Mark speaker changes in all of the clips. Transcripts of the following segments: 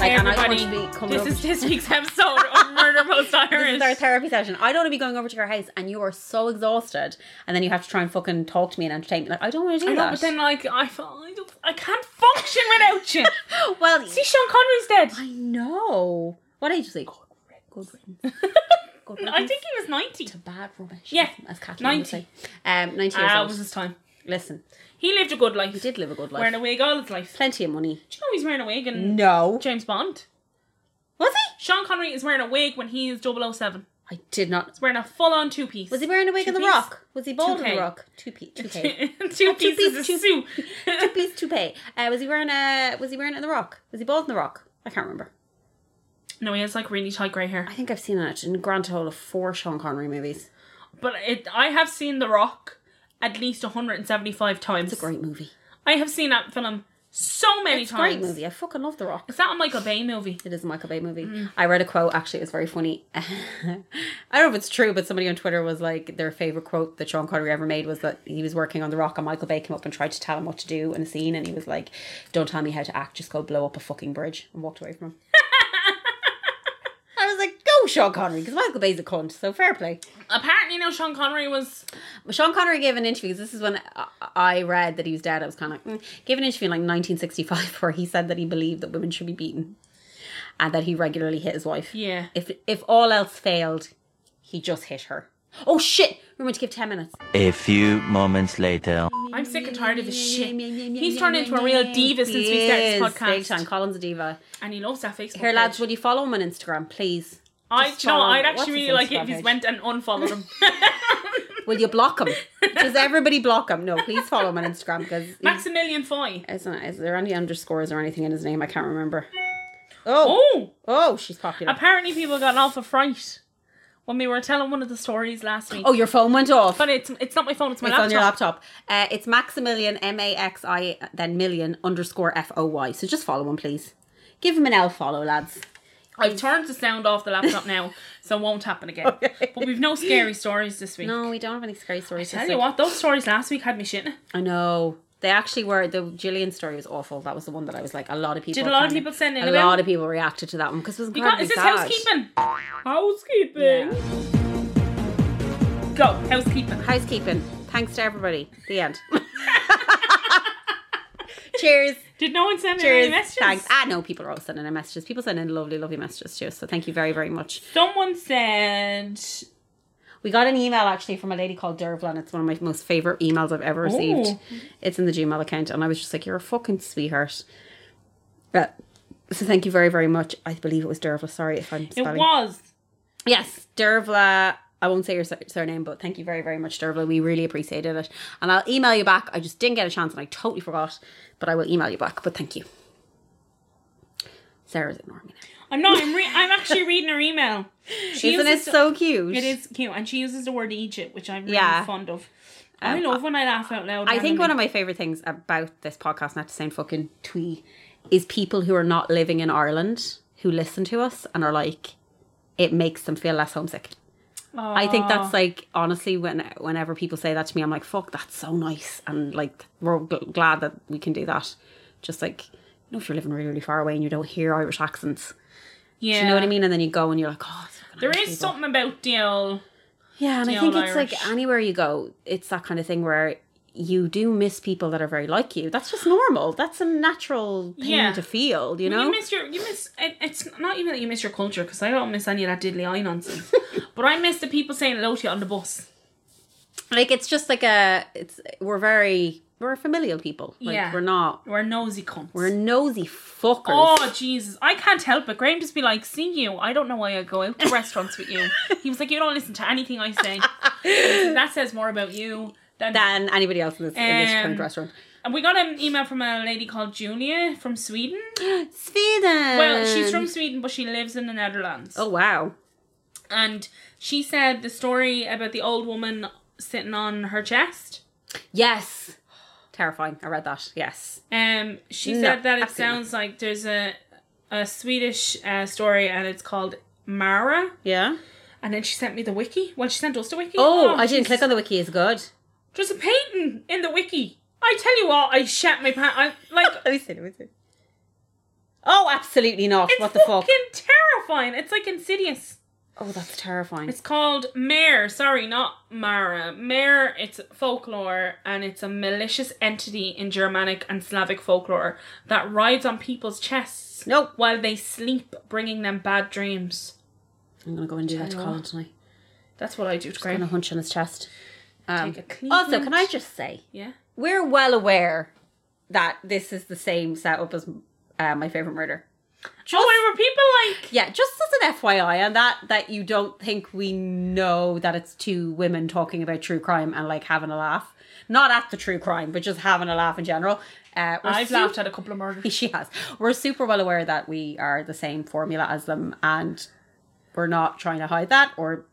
Speaker 1: Hey
Speaker 2: and I don't want
Speaker 1: everybody,
Speaker 2: to be coming
Speaker 1: this
Speaker 2: over
Speaker 1: is
Speaker 2: to-
Speaker 1: this week's episode of Murder Most
Speaker 2: This
Speaker 1: Irish.
Speaker 2: is our therapy session. I don't want to be going over to your house and you are so exhausted, and then you have to try and fucking talk to me and entertain me. Like I don't want to do
Speaker 1: I know,
Speaker 2: that.
Speaker 1: but then like I, f- I, don't, I can't function without you.
Speaker 2: well,
Speaker 1: See, Sean Connery's dead.
Speaker 2: I know. What age is he? Good riddance. Good
Speaker 1: I
Speaker 2: riddance.
Speaker 1: think he was ninety.
Speaker 2: to bad rubbish.
Speaker 1: Yeah.
Speaker 2: as Kathleen 90. would
Speaker 1: 90.
Speaker 2: say. Um, ninety years
Speaker 1: Ah, it
Speaker 2: old.
Speaker 1: was his time.
Speaker 2: Listen,
Speaker 1: He lived a good life.
Speaker 2: he did live a good life.
Speaker 1: Wearing a wig all his life.
Speaker 2: Plenty of money.
Speaker 1: Do you know he's wearing a wig in
Speaker 2: No,
Speaker 1: James Bond?
Speaker 2: was he?
Speaker 1: Sean Connery is wearing a wig when he is 007.
Speaker 2: I did not.
Speaker 1: He's wearing a full-on two-piece.
Speaker 2: Was he wearing a wig in the
Speaker 1: Two-piece.
Speaker 2: Rock? Was he bald in the
Speaker 1: 2K.
Speaker 2: Rock? Two piece, two K,
Speaker 1: two
Speaker 2: two-piece,
Speaker 1: pieces of
Speaker 2: two-
Speaker 1: suit.
Speaker 2: two piece, two pay. Uh, was he wearing a? Was he wearing it in the Rock? Was he bald in the Rock? I can't remember.
Speaker 1: No, he has like really tight grey hair.
Speaker 2: I think I've seen it in a grand total of four Sean Connery movies.
Speaker 1: But it, I have seen The Rock at least 175 times.
Speaker 2: It's a great movie.
Speaker 1: I have seen that film so many
Speaker 2: It's a
Speaker 1: times.
Speaker 2: great movie. I fucking love The Rock.
Speaker 1: Is that a Michael Bay movie?
Speaker 2: It is a Michael Bay movie. I read a quote, actually, it was very funny. I don't know if it's true, but somebody on Twitter was like, their favourite quote that Sean Connery ever made was that he was working on The Rock and Michael Bay came up and tried to tell him what to do in a scene, and he was like, Don't tell me how to act, just go blow up a fucking bridge, and walked away from him. I was like, Go, Sean Connery, because Michael Bay's a cunt, so fair play.
Speaker 1: Apparently, no, Sean Connery was.
Speaker 2: Sean Connery gave an interview. 'cause This is when I- I read that he was dead. I was kind of like, mm. gave an interview in like 1965 where he said that he believed that women should be beaten and that he regularly hit his wife.
Speaker 1: Yeah.
Speaker 2: If if all else failed, he just hit her. Oh shit! Remember to give ten minutes.
Speaker 3: A few moments later.
Speaker 1: I'm sick and tired of his shit. He's turned into a real diva since we started this
Speaker 2: Yes, Big time.
Speaker 1: podcast.
Speaker 2: Colin's a diva.
Speaker 1: And he loves that Facebook.
Speaker 2: Here,
Speaker 1: page.
Speaker 2: lads, would you follow him on Instagram, please?
Speaker 1: I,
Speaker 2: just
Speaker 1: do you know,
Speaker 2: follow-
Speaker 1: I'd
Speaker 2: what's
Speaker 1: actually
Speaker 2: his
Speaker 1: really like it if
Speaker 2: Instagram
Speaker 1: he
Speaker 2: page?
Speaker 1: went and unfollowed him.
Speaker 2: Will you block him? Does everybody block him? No, please follow him on Instagram because
Speaker 1: Maximilian Foy.
Speaker 2: isn't is there any underscores or anything in his name? I can't remember. Oh,
Speaker 1: Oh,
Speaker 2: oh, she's popular.
Speaker 1: apparently people got off a fright when we were telling one of the stories last week.
Speaker 2: Oh, your phone went off.
Speaker 1: But it's it's not my phone. It's my
Speaker 2: it's
Speaker 1: laptop.
Speaker 2: on your laptop. Uh, it's Maximilian M A X I then million underscore F O Y. So just follow him, please. Give him an L follow, lads.
Speaker 1: I've turned the sound off the laptop now, so it won't happen again. But we've no scary stories this week.
Speaker 2: No, we don't have any scary stories.
Speaker 1: Tell
Speaker 2: this
Speaker 1: you
Speaker 2: week.
Speaker 1: what, those stories last week had me shitting.
Speaker 2: I know. They actually were the Gillian story was awful. That was the one that I was like a lot of people.
Speaker 1: Did a lot of
Speaker 2: kinda-
Speaker 1: people send in
Speaker 2: A
Speaker 1: about-
Speaker 2: lot of people reacted to that one because it was
Speaker 1: You got,
Speaker 2: incredibly
Speaker 1: is this
Speaker 2: sad.
Speaker 1: housekeeping? Housekeeping. Go housekeeping.
Speaker 2: Housekeeping. Thanks to everybody. The end. Cheers.
Speaker 1: Did no one send in
Speaker 2: Cheers.
Speaker 1: any messages?
Speaker 2: Thanks. I know people are all sending in messages. People send in lovely, lovely messages to us. So thank you very, very much.
Speaker 1: Someone said
Speaker 2: We got an email actually from a lady called Dervla, and it's one of my most favorite emails I've ever received.
Speaker 1: Oh.
Speaker 2: It's in the Gmail account, and I was just like, "You're a fucking sweetheart." But so thank you very, very much. I believe it was Dervla. Sorry if I'm
Speaker 1: it
Speaker 2: spelling.
Speaker 1: was.
Speaker 2: Yes, Dervla. I won't say your sur- surname, but thank you very, very much, Dervla. We really appreciated it, and I'll email you back. I just didn't get a chance, and I totally forgot, but I will email you back. But thank you. Sarah's ignoring me now.
Speaker 1: I'm not. I'm, re- I'm actually reading her email. She
Speaker 2: Isn't it
Speaker 1: uses the-
Speaker 2: so cute?
Speaker 1: It is cute, and she uses the word Egypt, which I'm really
Speaker 2: Yeah.
Speaker 1: fond of. I love when I laugh out loud.
Speaker 2: I think one of my favorite things about this podcast, not to sound fucking twee, is people who are not living in Ireland who listen to us and are like, it makes them feel less homesick. I think that's like honestly, when whenever people say that to me, I'm like, fuck, that's so nice, and like we're gl- glad that we can do that. Just like, you know, if you're living really, really far away and you don't hear Irish accents,
Speaker 1: yeah.
Speaker 2: do you know what I mean? And then you go and you're like, oh, it's fucking
Speaker 1: There
Speaker 2: Irish
Speaker 1: is
Speaker 2: people."
Speaker 1: something about the old
Speaker 2: Yeah, and I
Speaker 1: the
Speaker 2: think
Speaker 1: old
Speaker 2: it's
Speaker 1: Irish.
Speaker 2: like anywhere you go, it's that kind of thing where you do miss people that are very like you. That's just normal. That's a natural thing
Speaker 1: Yeah.
Speaker 2: to feel, you
Speaker 1: You
Speaker 2: know?
Speaker 1: miss your, you miss. It, it's not even that you miss your culture because I don't miss any of that diddly eye nonsense. but I miss the people saying hello to you on the bus.
Speaker 2: like it's just like a it's we're very we're a familial people. Like
Speaker 1: Yeah.
Speaker 2: we're not
Speaker 1: We're nosy cunts.
Speaker 2: we're nosy fuckers.
Speaker 1: oh Jesus! I can't help it. Graham just be like, "See you." I don't know why I go out to restaurants with you. He was like, "You don't listen to anything I say." that says more about you than.
Speaker 2: than anybody else in this, in this kind
Speaker 1: Um,
Speaker 2: of restaurant.
Speaker 1: And we got an email from a lady called Julia from Sweden.
Speaker 2: Sweden.
Speaker 1: Well, she's from Sweden, but she lives in the Netherlands.
Speaker 2: Um, Oh wow.
Speaker 1: And she said the story about the old woman sitting on her chest.
Speaker 2: Yes. Terrifying. I read that. Yes.
Speaker 1: Um, she
Speaker 2: No,
Speaker 1: said that it
Speaker 2: absolutely
Speaker 1: sounds like there's a a Swedish uh, story and it's called Mara.
Speaker 2: Yeah.
Speaker 1: And then she sent me the wiki. Well, she sent us the wiki.
Speaker 2: Oh, I didn't
Speaker 1: she's-
Speaker 2: click on the wiki. It's good.
Speaker 1: There's a painting in the wiki. I tell you what, I shat my pants. I like.
Speaker 2: Let me see. Let me see. Oh, absolutely not.
Speaker 1: It's
Speaker 2: what the fuck?
Speaker 1: fucking terrifying. It's like insidious.
Speaker 2: Oh, that's terrifying.
Speaker 1: It's called Mare. Sorry, not Mara. Mare. It's folklore, and it's a malicious entity in Germanic and Slavic folklore that rides on people's chests
Speaker 2: Nope.
Speaker 1: while they sleep, bringing them bad dreams.
Speaker 2: I'm gonna go and do that to
Speaker 1: Tell you
Speaker 2: Colin
Speaker 1: what.
Speaker 2: tonight.
Speaker 1: That's what I do to
Speaker 2: I'm
Speaker 1: Graham.
Speaker 2: gonna hunch on his chest. Um,
Speaker 1: Take a clean
Speaker 2: also,
Speaker 1: note.
Speaker 2: can I just say
Speaker 1: Yeah.
Speaker 2: we're well aware that this is the same setup as uh, my favorite murder.
Speaker 1: Joy, Oh, were people like?
Speaker 2: Yeah, just as an FYI on that, that you don't think we know that it's two women talking about true crime and like having a laugh. Not at the true crime, but just having a laugh in general. Uh, we're
Speaker 1: I've
Speaker 2: su-
Speaker 1: laughed at a couple of murders.
Speaker 2: She has. We're super well aware that we are the same formula as them, and we're not trying to hide that or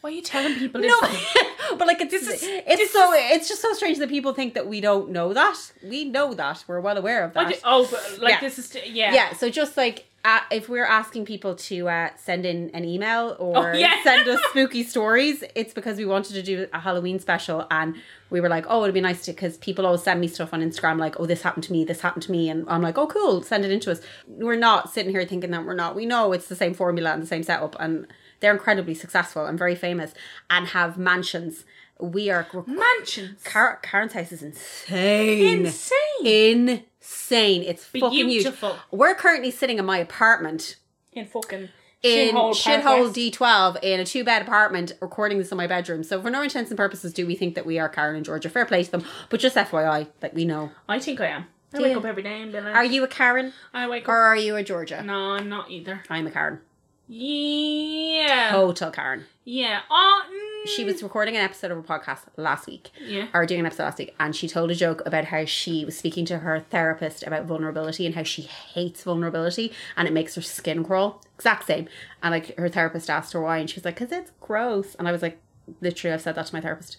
Speaker 1: Why are you telling people this?
Speaker 2: no.
Speaker 1: though?
Speaker 2: but like it's
Speaker 1: is-
Speaker 2: it's
Speaker 1: this
Speaker 2: so it's just so strange that people think that we don't know that. We know that. We're well aware of that.
Speaker 1: Why do- oh, but, like
Speaker 2: Yeah.
Speaker 1: this is yeah.
Speaker 2: yeah so just like uh, if we're asking people to uh, send in an email or
Speaker 1: Oh, yeah.
Speaker 2: send us spooky stories it's because we wanted to do a halloween special and we were like oh it'd be nice to because people always send me stuff on instagram like oh this happened to me this happened to me and i'm like oh cool send it in to us we're not sitting here thinking that we're not we know it's the same formula and the same setup and they're incredibly successful and very famous and have mansions we are
Speaker 1: Mansions.
Speaker 2: Car- Karen's house is insane
Speaker 1: Insane.
Speaker 2: insane. It's fucking
Speaker 1: Beautiful.
Speaker 2: huge. We're currently sitting in my apartment
Speaker 1: In fucking
Speaker 2: in
Speaker 1: shithole Park
Speaker 2: shithole
Speaker 1: West.
Speaker 2: D12 in a two bed apartment, recording this in my bedroom. So for no intents and purposes, do we think that we are Karen and Georgia? Fair play to them, but just FYI that we know.
Speaker 1: I think I am. I
Speaker 2: Do
Speaker 1: wake
Speaker 2: you?
Speaker 1: up every day and be like,
Speaker 2: Are you a Karen
Speaker 1: I wake
Speaker 2: or
Speaker 1: up.
Speaker 2: are you a Georgia?
Speaker 1: No, I'm not either.
Speaker 2: I'm a Karen.
Speaker 1: Yeah.
Speaker 2: Total Karen.
Speaker 1: Yeah. Oh, mm,
Speaker 2: She was recording an episode of a podcast last week.
Speaker 1: Yeah.
Speaker 2: Or doing an episode last week, and she told a joke about how she was speaking to her therapist about vulnerability and how she hates vulnerability and it makes her skin crawl. Exact same. And like her therapist asked her why, and she was like, "Cause it's gross." And I was like, "Literally, I've said that to my therapist.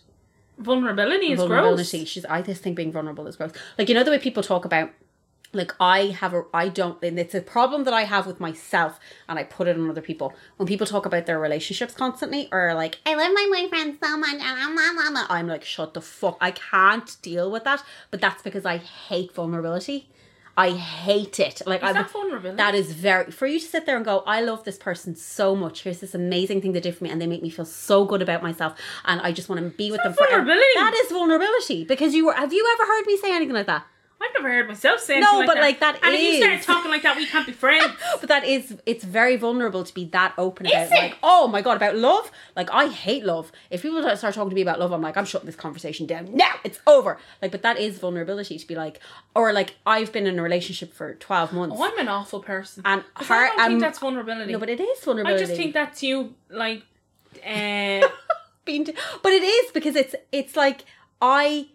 Speaker 1: Vulnerability is
Speaker 2: vulnerability.
Speaker 1: gross.
Speaker 2: She's I just think being vulnerable is gross. Like you know the way people talk about." Like I have a, I don't, and it's a problem that I have with myself, and I put it on other people. When people talk about their relationships constantly, or like, I love my boyfriend so much, and I'm, I'm, I'm, I'm like, shut the fuck, I can't deal with that. But that's because I hate vulnerability. I hate it. Like
Speaker 1: Is
Speaker 2: I'm,
Speaker 1: that vulnerability?
Speaker 2: that is very for you to sit there and go, I love this person so much. Here's this amazing thing they did for me, and they make me feel so good about myself, and I just want to be with them
Speaker 1: That's
Speaker 2: forever.
Speaker 1: vulnerability.
Speaker 2: That is vulnerability because you were. Have you ever heard me say anything like that?
Speaker 1: I've never heard myself say
Speaker 2: No,
Speaker 1: anything
Speaker 2: but,
Speaker 1: that.
Speaker 2: like, that
Speaker 1: and if
Speaker 2: is.
Speaker 1: you start talking like that, we can't be friends.
Speaker 2: But that is, it's very vulnerable to be that open about,
Speaker 1: it?
Speaker 2: like, oh my god, about love. Like, I hate love. If people don't start talking to me about love, I'm like, I'm shutting this conversation down now. It's over. Like, but that is vulnerability to be like, or like, I've been in a relationship for twelve months.
Speaker 1: oh, I'm an awful person.
Speaker 2: And
Speaker 1: But
Speaker 2: her-
Speaker 1: I don't
Speaker 2: um,
Speaker 1: think that's vulnerability.
Speaker 2: No, but it is
Speaker 1: I
Speaker 2: vulnerability.
Speaker 1: just think that's you, like, uh,
Speaker 2: been to, but it is because it's it's like I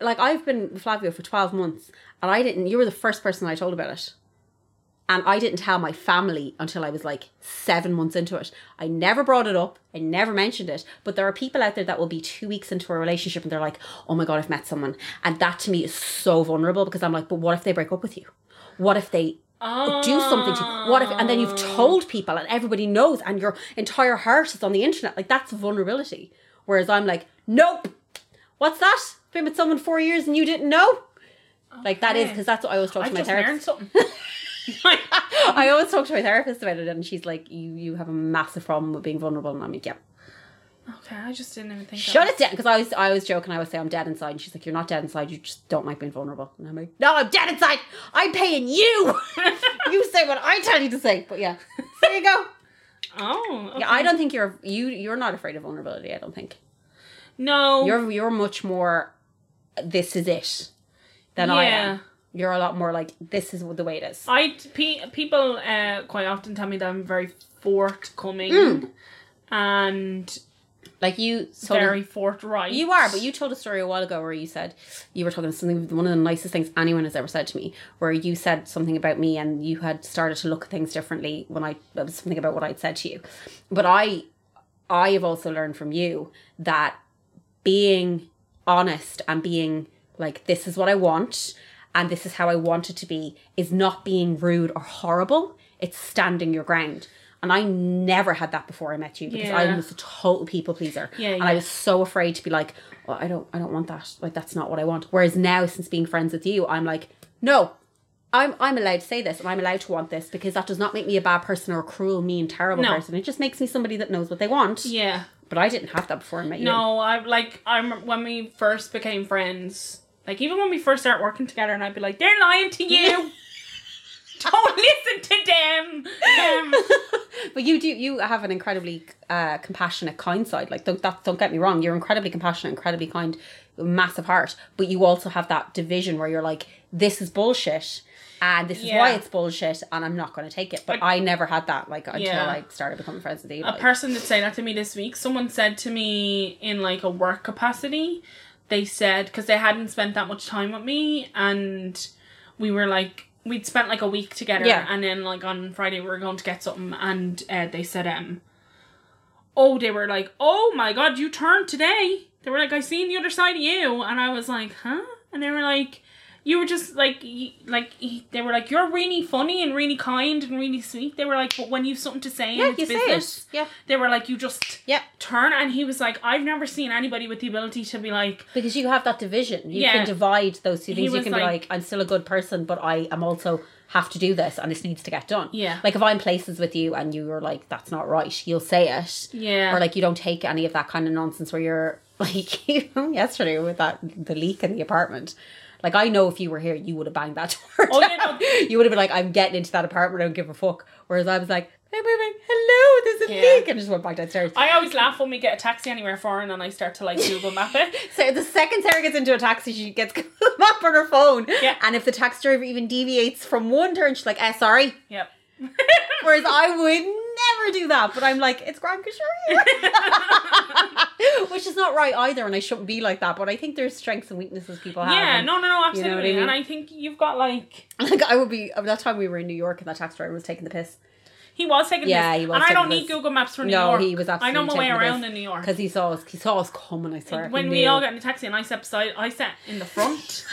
Speaker 2: like I've been with Flavio for 12 months and I didn't you were the first person I told about it and I didn't tell my family until I was like 7 months into it I never brought it up I never mentioned it but there are people out there that will be 2 weeks into a relationship and they're like oh my god I've met someone and that to me is so vulnerable because I'm like but what if they break up with you what if they
Speaker 1: oh
Speaker 2: do something to you? What if, and then you've told people and everybody knows and your entire heart is on the internet. Like that's vulnerability. Whereas I'm like, nope. What's that? Been with someone four years and you didn't know? Like that is
Speaker 1: Okay.
Speaker 2: because that's what I always talk to
Speaker 1: I've
Speaker 2: my
Speaker 1: just learned
Speaker 2: therapist.
Speaker 1: something.
Speaker 2: I always talk to my therapist about it and she's like, you you have a massive problem with being vulnerable and I'm like, yeah.
Speaker 1: Oh okay, I just didn't even think
Speaker 2: Shut
Speaker 1: that.
Speaker 2: it down because I was I always joke and I would say I'm dead inside and she's like, you're not dead inside. You just don't like being vulnerable. And I'm like, no, I'm dead inside. I'm paying you. you say what I tell you to say. But yeah, there you go.
Speaker 1: Oh, okay.
Speaker 2: Yeah, I don't think you're you you're not afraid of vulnerability. I don't think
Speaker 1: No.
Speaker 2: you're you're much more. This is it. Than I am. You're a lot more like this is the way it is.
Speaker 1: I pe- people uh, quite often tell me that I'm very forthcoming
Speaker 2: Mm.
Speaker 1: and
Speaker 2: Like you, sort of-
Speaker 1: very forthright.
Speaker 2: you are, but you told a story a while ago where you said you were talking to something. One of the nicest things anyone has ever said to me, where you said something about me, and you had started to look at things differently when I it was something about what I'd said to you. But I, I have also learned from you that being honest and being like this is what i want and this is how i want it to be is not being rude or horrible it's standing your ground and i never had that before i met you because i
Speaker 1: Yeah.
Speaker 2: was a total people pleaser
Speaker 1: Yeah,
Speaker 2: and
Speaker 1: yeah.
Speaker 2: i was so afraid to be like "Oh, well, i don't i don't want that like that's not what i want whereas now since being friends with you i'm like no I'm I'm allowed to say this and I'm allowed to want this because that does not make me a bad person or a cruel, mean, terrible
Speaker 1: No.
Speaker 2: person. It just makes me somebody that knows what they want.
Speaker 1: Yeah.
Speaker 2: But I didn't have that before I met you.
Speaker 1: No, I like I'm when we first became friends. Like even when we first started working together, and I'd be like, "They're lying to you. Don't listen to them." Um,
Speaker 2: But you do you have an incredibly uh, compassionate, kind side. Like don't that don't get me wrong, you're incredibly compassionate, incredibly kind, massive heart. But you also have that division where you're like, this is bullshit, and this is why
Speaker 1: Yeah.
Speaker 2: it's bullshit, and I'm not going to take it. But
Speaker 1: But-
Speaker 2: I never had that like until
Speaker 1: Yeah.
Speaker 2: I started becoming friends with you.
Speaker 1: a
Speaker 2: like-
Speaker 1: person did say that to me this week. Someone said to me in like a work capacity, they said because they hadn't spent that much time with me, and we were like we'd spent like a week together,
Speaker 2: Yeah.
Speaker 1: and then like on Friday we were going to get something, and uh, they said um, oh they were like oh my god you turned today. They were like I seen the other side of you, and I was like huh, and they were like. You were just like, y- like y- they were like, you're really funny and really kind and really sweet. They were like, but when you've something to say, and
Speaker 2: yeah,
Speaker 1: it's
Speaker 2: you
Speaker 1: business,
Speaker 2: say it. Yeah,
Speaker 1: they were like, you just
Speaker 2: yeah.
Speaker 1: turn. And he was like, I've never seen anybody with the ability to be like,
Speaker 2: Because you have that division. You
Speaker 1: Yeah.
Speaker 2: can divide those two
Speaker 1: He
Speaker 2: things. You
Speaker 1: was
Speaker 2: can be
Speaker 1: like-
Speaker 2: like, I'm still a good person, but I am also have to do this and this needs to get done.
Speaker 1: Yeah.
Speaker 2: Like if I'm places with you and you are like, that's not right, you'll say it.
Speaker 1: yeah.
Speaker 2: Or like you don't take any of that kind of nonsense where you're like you know, yesterday with that the leak in the apartment. Like I know if you were here, you would have banged that door.
Speaker 1: Oh, yeah,
Speaker 2: down.
Speaker 1: no.
Speaker 2: You would have been like, I'm getting into that apartment, I don't give a fuck. Whereas I was like, hey, wait, wait, hello, there's a
Speaker 1: Yeah.
Speaker 2: leak and just went back downstairs.
Speaker 1: I always laugh when we get a taxi anywhere foreign and I start to like Google map it.
Speaker 2: So the second Sarah gets into a taxi, she gets up on her phone.
Speaker 1: Yeah.
Speaker 2: And if the taxi driver even deviates from one turn, she's like, eh, sorry.
Speaker 1: Yep.
Speaker 2: Whereas I would never do that. But I'm like, it's Grand Kashuri. Which is not right either, and I shouldn't be like that. But I think there's strengths and weaknesses people have.
Speaker 1: yeah,
Speaker 2: and-
Speaker 1: no, no, no,
Speaker 2: you know what I
Speaker 1: absolutely.
Speaker 2: mean?
Speaker 1: And I think you've got like,
Speaker 2: Like I would be that time we were in New York and that taxi driver was taking the piss.
Speaker 1: he was taking
Speaker 2: Yeah,
Speaker 1: this.
Speaker 2: he was
Speaker 1: and I don't
Speaker 2: taking
Speaker 1: need
Speaker 2: this.
Speaker 1: Google Maps for New
Speaker 2: No,
Speaker 1: York.
Speaker 2: he was
Speaker 1: I know
Speaker 2: absolutely
Speaker 1: my way
Speaker 2: taking the
Speaker 1: around
Speaker 2: piss.
Speaker 1: in New York.
Speaker 2: Because he saw us he saw us coming, I swear.
Speaker 1: When
Speaker 2: He
Speaker 1: we
Speaker 2: knew.
Speaker 1: all got in the taxi and I sat beside, I sat in the front.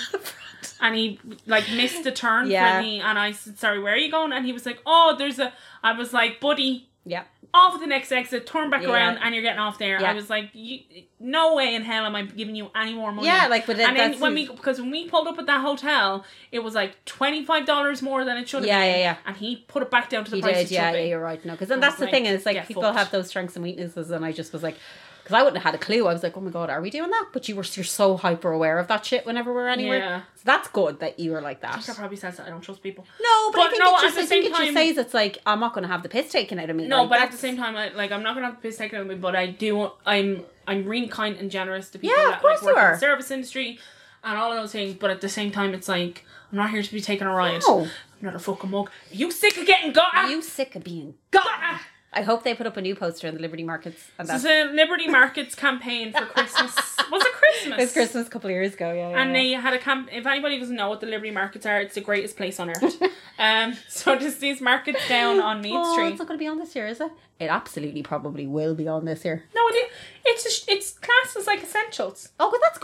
Speaker 1: And he like missed a turn
Speaker 2: Yeah.
Speaker 1: for me, and I said, "Sorry, where are you going?" And he was like, "Oh, there's a." I was like, "Buddy,
Speaker 2: Yeah.
Speaker 1: off the next exit, turn back
Speaker 2: Yeah.
Speaker 1: around, and you're getting off there.
Speaker 2: Yeah.
Speaker 1: I was like, you, no way in hell am I giving you any more money.
Speaker 2: Yeah, like but
Speaker 1: and then
Speaker 2: that's-
Speaker 1: when we because when we pulled up at that hotel, it was like twenty five dollars more than it should have
Speaker 2: Yeah,
Speaker 1: been.
Speaker 2: yeah, yeah.
Speaker 1: And he put it back down to the
Speaker 2: He
Speaker 1: price
Speaker 2: did,
Speaker 1: it
Speaker 2: yeah,
Speaker 1: should
Speaker 2: yeah,
Speaker 1: be.
Speaker 2: you're right. No, because and
Speaker 1: I
Speaker 2: that's
Speaker 1: was
Speaker 2: the
Speaker 1: like,
Speaker 2: thing, and it's like
Speaker 1: get
Speaker 2: people
Speaker 1: fucked.
Speaker 2: have those strengths and weaknesses, and I just was like, because I wouldn't have had a clue. I was like, oh my god, are we doing that? But you were you're so hyper aware of that shit whenever we're anywhere.
Speaker 1: Yeah.
Speaker 2: So that's good that you were like
Speaker 1: I
Speaker 2: that.
Speaker 1: think that probably says that I don't trust people.
Speaker 2: No, but, I
Speaker 1: But
Speaker 2: think
Speaker 1: no,
Speaker 2: it
Speaker 1: at
Speaker 2: just
Speaker 1: the
Speaker 2: I think
Speaker 1: same
Speaker 2: it just
Speaker 1: time-
Speaker 2: says it's like I'm not going to have the piss taken out of me.
Speaker 1: No,
Speaker 2: like,
Speaker 1: but at the
Speaker 2: that's-
Speaker 1: same time, I, like I'm not gonna have the piss taken out of me, but I do. I'm I'm really kind and generous to people
Speaker 2: Yeah, of
Speaker 1: that
Speaker 2: course
Speaker 1: like, work
Speaker 2: you
Speaker 1: in
Speaker 2: are.
Speaker 1: the service industry and all of those things. But at the same time, it's like I'm not here to be taken a ride.
Speaker 2: No.
Speaker 1: I'm not a fucking mug. You sick of getting got?
Speaker 2: Are
Speaker 1: at?
Speaker 2: you sick of being?
Speaker 1: got? at?
Speaker 2: I hope they put up a new poster in the Liberty Markets. And
Speaker 1: This
Speaker 2: that's
Speaker 1: is a Liberty Markets campaign for Christmas. Was it Christmas?
Speaker 2: it's Christmas a couple of years ago. Yeah, yeah,
Speaker 1: And
Speaker 2: yeah.
Speaker 1: they had a camp. If anybody doesn't know what the Liberty Markets are, it's the greatest place on earth. um, so there's these markets down on Main
Speaker 2: oh,
Speaker 1: Street.
Speaker 2: it's not going to be on this year, is it? It absolutely probably will be on this year.
Speaker 1: no, it, it's a, sh- it's classed as like essentials
Speaker 2: Oh, well, that's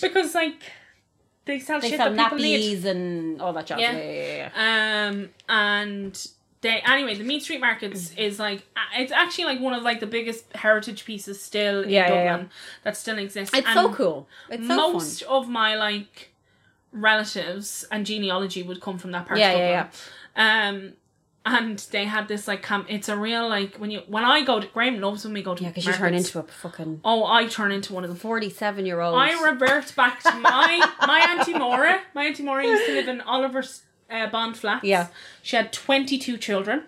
Speaker 2: good.
Speaker 1: because like they sell
Speaker 2: They
Speaker 1: shit
Speaker 2: sell
Speaker 1: that people need.
Speaker 2: nappies and all that jazz.
Speaker 1: Yeah.
Speaker 2: Yeah, yeah, yeah, yeah.
Speaker 1: Um, and they anyway, the Meat Street Markets
Speaker 2: Mm.
Speaker 1: is like a- it's actually like one of like the biggest heritage pieces still in
Speaker 2: Yeah, yeah,
Speaker 1: Dublin
Speaker 2: yeah.
Speaker 1: that still exists.
Speaker 2: It's
Speaker 1: And
Speaker 2: so cool. It's so
Speaker 1: most
Speaker 2: fun.
Speaker 1: of my like relatives and genealogy would come from that part
Speaker 2: Yeah,
Speaker 1: of
Speaker 2: yeah,
Speaker 1: Dublin. Um and they had this like camp it's a real like when you when I go to Graham loves when we go to
Speaker 2: Yeah, because you turn into a fucking
Speaker 1: Oh, I turn into one of them.
Speaker 2: forty-seven-year-old.
Speaker 1: I revert back to my my auntie Maura. My auntie Maura used to live in Oliver's uh, Bond flats.
Speaker 2: Yeah.
Speaker 1: she had twenty two children.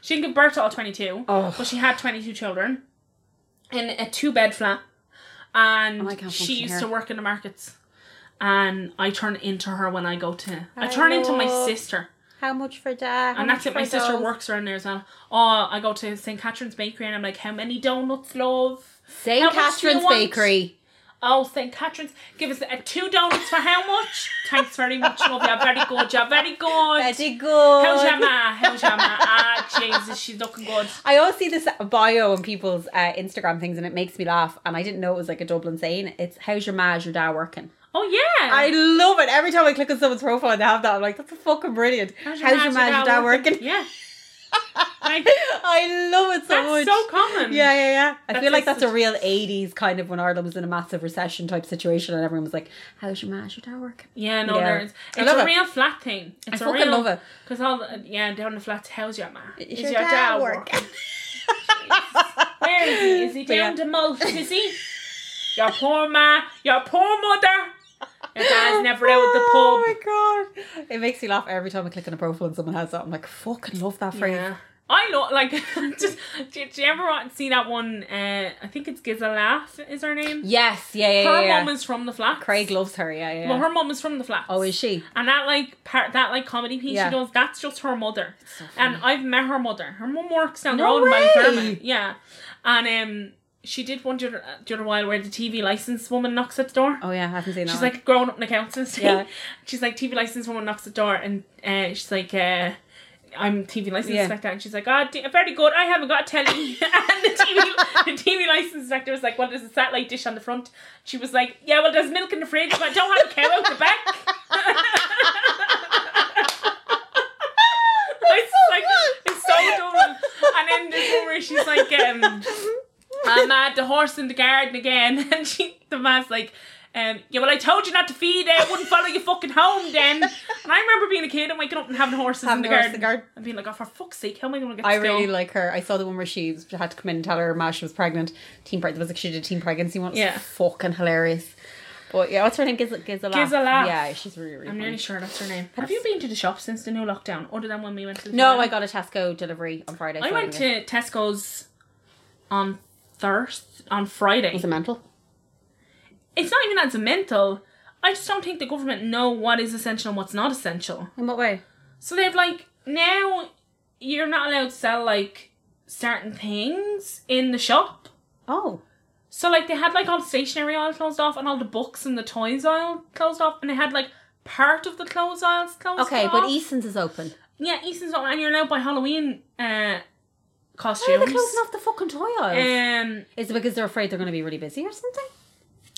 Speaker 1: She didn't give birth to all twenty two,
Speaker 2: Oh.
Speaker 1: but she had twenty two children in a two bed flat, and
Speaker 2: Oh, I can't
Speaker 1: she
Speaker 2: function
Speaker 1: used
Speaker 2: here.
Speaker 1: to work in the markets. And I turn into her when I go to. I turn into my
Speaker 2: Hello.
Speaker 1: sister,
Speaker 2: How much for that? How
Speaker 1: and that's
Speaker 2: much
Speaker 1: it. My
Speaker 2: for
Speaker 1: sister
Speaker 2: those?
Speaker 1: works around there as well. Oh, I go to St Catherine's Bakery, and I'm like, "How many donuts, love?"
Speaker 2: St.
Speaker 1: How much do you
Speaker 2: Catherine's
Speaker 1: want?
Speaker 2: Bakery.
Speaker 1: Oh, St. Catherine's, give us uh, two donuts for how much? Thanks very much, love. You're very good. You're very good.
Speaker 2: Very good.
Speaker 1: How's your ma? How's your ma? Ah, Jesus, she's looking good.
Speaker 2: I always see this bio on people's uh, Instagram things, and it makes me laugh. And I didn't know it was like a Dublin saying. It's "How's your ma? Is your dad working?"
Speaker 1: Oh, yeah.
Speaker 2: I love it. Every time I click on someone's profile and they have that, I'm like, "That's a fucking brilliant." How's your, ma? Is your dad working?
Speaker 1: Yeah. Like
Speaker 2: I love it so
Speaker 1: that's
Speaker 2: much.
Speaker 1: so common.
Speaker 2: yeah, yeah, yeah. I
Speaker 1: That's
Speaker 2: feel like
Speaker 1: just
Speaker 2: that's a
Speaker 1: such-
Speaker 2: real 80s kind of when Ireland was in a massive recession type situation and everyone was like, How's your mash? Your work?
Speaker 1: Yeah, no,
Speaker 2: Yeah.
Speaker 1: there is.
Speaker 2: I
Speaker 1: It's
Speaker 2: love
Speaker 1: a
Speaker 2: it.
Speaker 1: real flat thing. It's a
Speaker 2: fucking
Speaker 1: real,
Speaker 2: love it.
Speaker 1: Because all the, yeah, down the flats, how's your ma?
Speaker 2: Is
Speaker 1: Is
Speaker 2: your dad working?
Speaker 1: Where is he? Is he
Speaker 2: But
Speaker 1: down
Speaker 2: yeah.
Speaker 1: the most? Is he? Your poor ma, your poor mother. Your dad's never out at the pub.
Speaker 2: Oh my god. It makes me laugh every time I click on a profile and someone has that. I'm like, fucking love that phrase.
Speaker 1: Yeah. I know, like, just do, do you ever want to see that one? Uh, I think it's Giza Laugh is her name.
Speaker 2: Yes, yeah, yeah, yeah.
Speaker 1: her
Speaker 2: yeah.
Speaker 1: mum is from the flats.
Speaker 2: Craig loves her, yeah, yeah.
Speaker 1: Well,
Speaker 2: yeah.
Speaker 1: her mum is from the flats.
Speaker 2: oh, is she?
Speaker 1: And that like part that like comedy piece
Speaker 2: Yeah.
Speaker 1: she does, that's just her mother.
Speaker 2: so
Speaker 1: and I've met her mother. Her mum works down
Speaker 2: No
Speaker 1: the road in
Speaker 2: way!
Speaker 1: Ballyfermot. Yeah. And um she did one the other, the other while where the TV license woman knocks at the door.
Speaker 2: Oh, yeah, I haven't seen that.
Speaker 1: She's
Speaker 2: one.
Speaker 1: like grown up in accountancy.
Speaker 2: Yeah.
Speaker 1: She's like TV license woman knocks at the door and uh, she's like uh I'm TV license
Speaker 2: Yeah.
Speaker 1: inspector, and she's like, "Ah, d- very good. I haven't got a telly." and the TV, the TV license inspector was like, "Well, there's a satellite dish on the front." She was like, "Yeah, well, there's milk in the fridge, but I don't have a cow out the back." it's like it's so dumb. And then there's one where she's like, um, "I'm at the horse in the garden again," and she, the man's like. Um, yeah, well, I told you not to feed it. I wouldn't follow you fucking home then. And I remember being a kid and waking up and having horses in
Speaker 2: Having
Speaker 1: the
Speaker 2: her
Speaker 1: garden.
Speaker 2: as the guard.
Speaker 1: And being like, oh, for fuck's sake, how am I going to get
Speaker 2: I
Speaker 1: to school?
Speaker 2: really like her. I saw the one where she was- had to come in and tell her ma she was pregnant. Teen pregnant was like she did teen pregnancy once.
Speaker 1: Yeah.
Speaker 2: fucking hilarious. But yeah, what's her name? Giz- Gizala.
Speaker 1: Gizala.
Speaker 2: Yeah, she's really really.
Speaker 1: I'm
Speaker 2: funny.
Speaker 1: nearly sure that's her name. Have you been to the shop since the new lockdown, other than when we went to the
Speaker 2: No,
Speaker 1: fair?
Speaker 2: I got a Tesco delivery on Friday.
Speaker 1: I
Speaker 2: so
Speaker 1: went
Speaker 2: didn't
Speaker 1: to Tesco's on Thurs on Friday.
Speaker 2: go. Was it mental?
Speaker 1: It's not even that it's mental. I just don't think the government know what is essential and what's not essential.
Speaker 2: In what way?
Speaker 1: So they've like now you're not allowed to sell like certain things in the shop.
Speaker 2: Oh,
Speaker 1: So like they had like all the stationery aisle closed off and all the books and the toys aisle closed off and they had like part of the clothes aisles closed
Speaker 2: okay,
Speaker 1: off.
Speaker 2: but Easton's is open.
Speaker 1: Yeah, Easton's not and you're allowed by Halloween uh
Speaker 2: Why are
Speaker 1: costumes.
Speaker 2: they closing off the fucking toy aisle?
Speaker 1: um
Speaker 2: is it because they're afraid they're going to be really busy or something?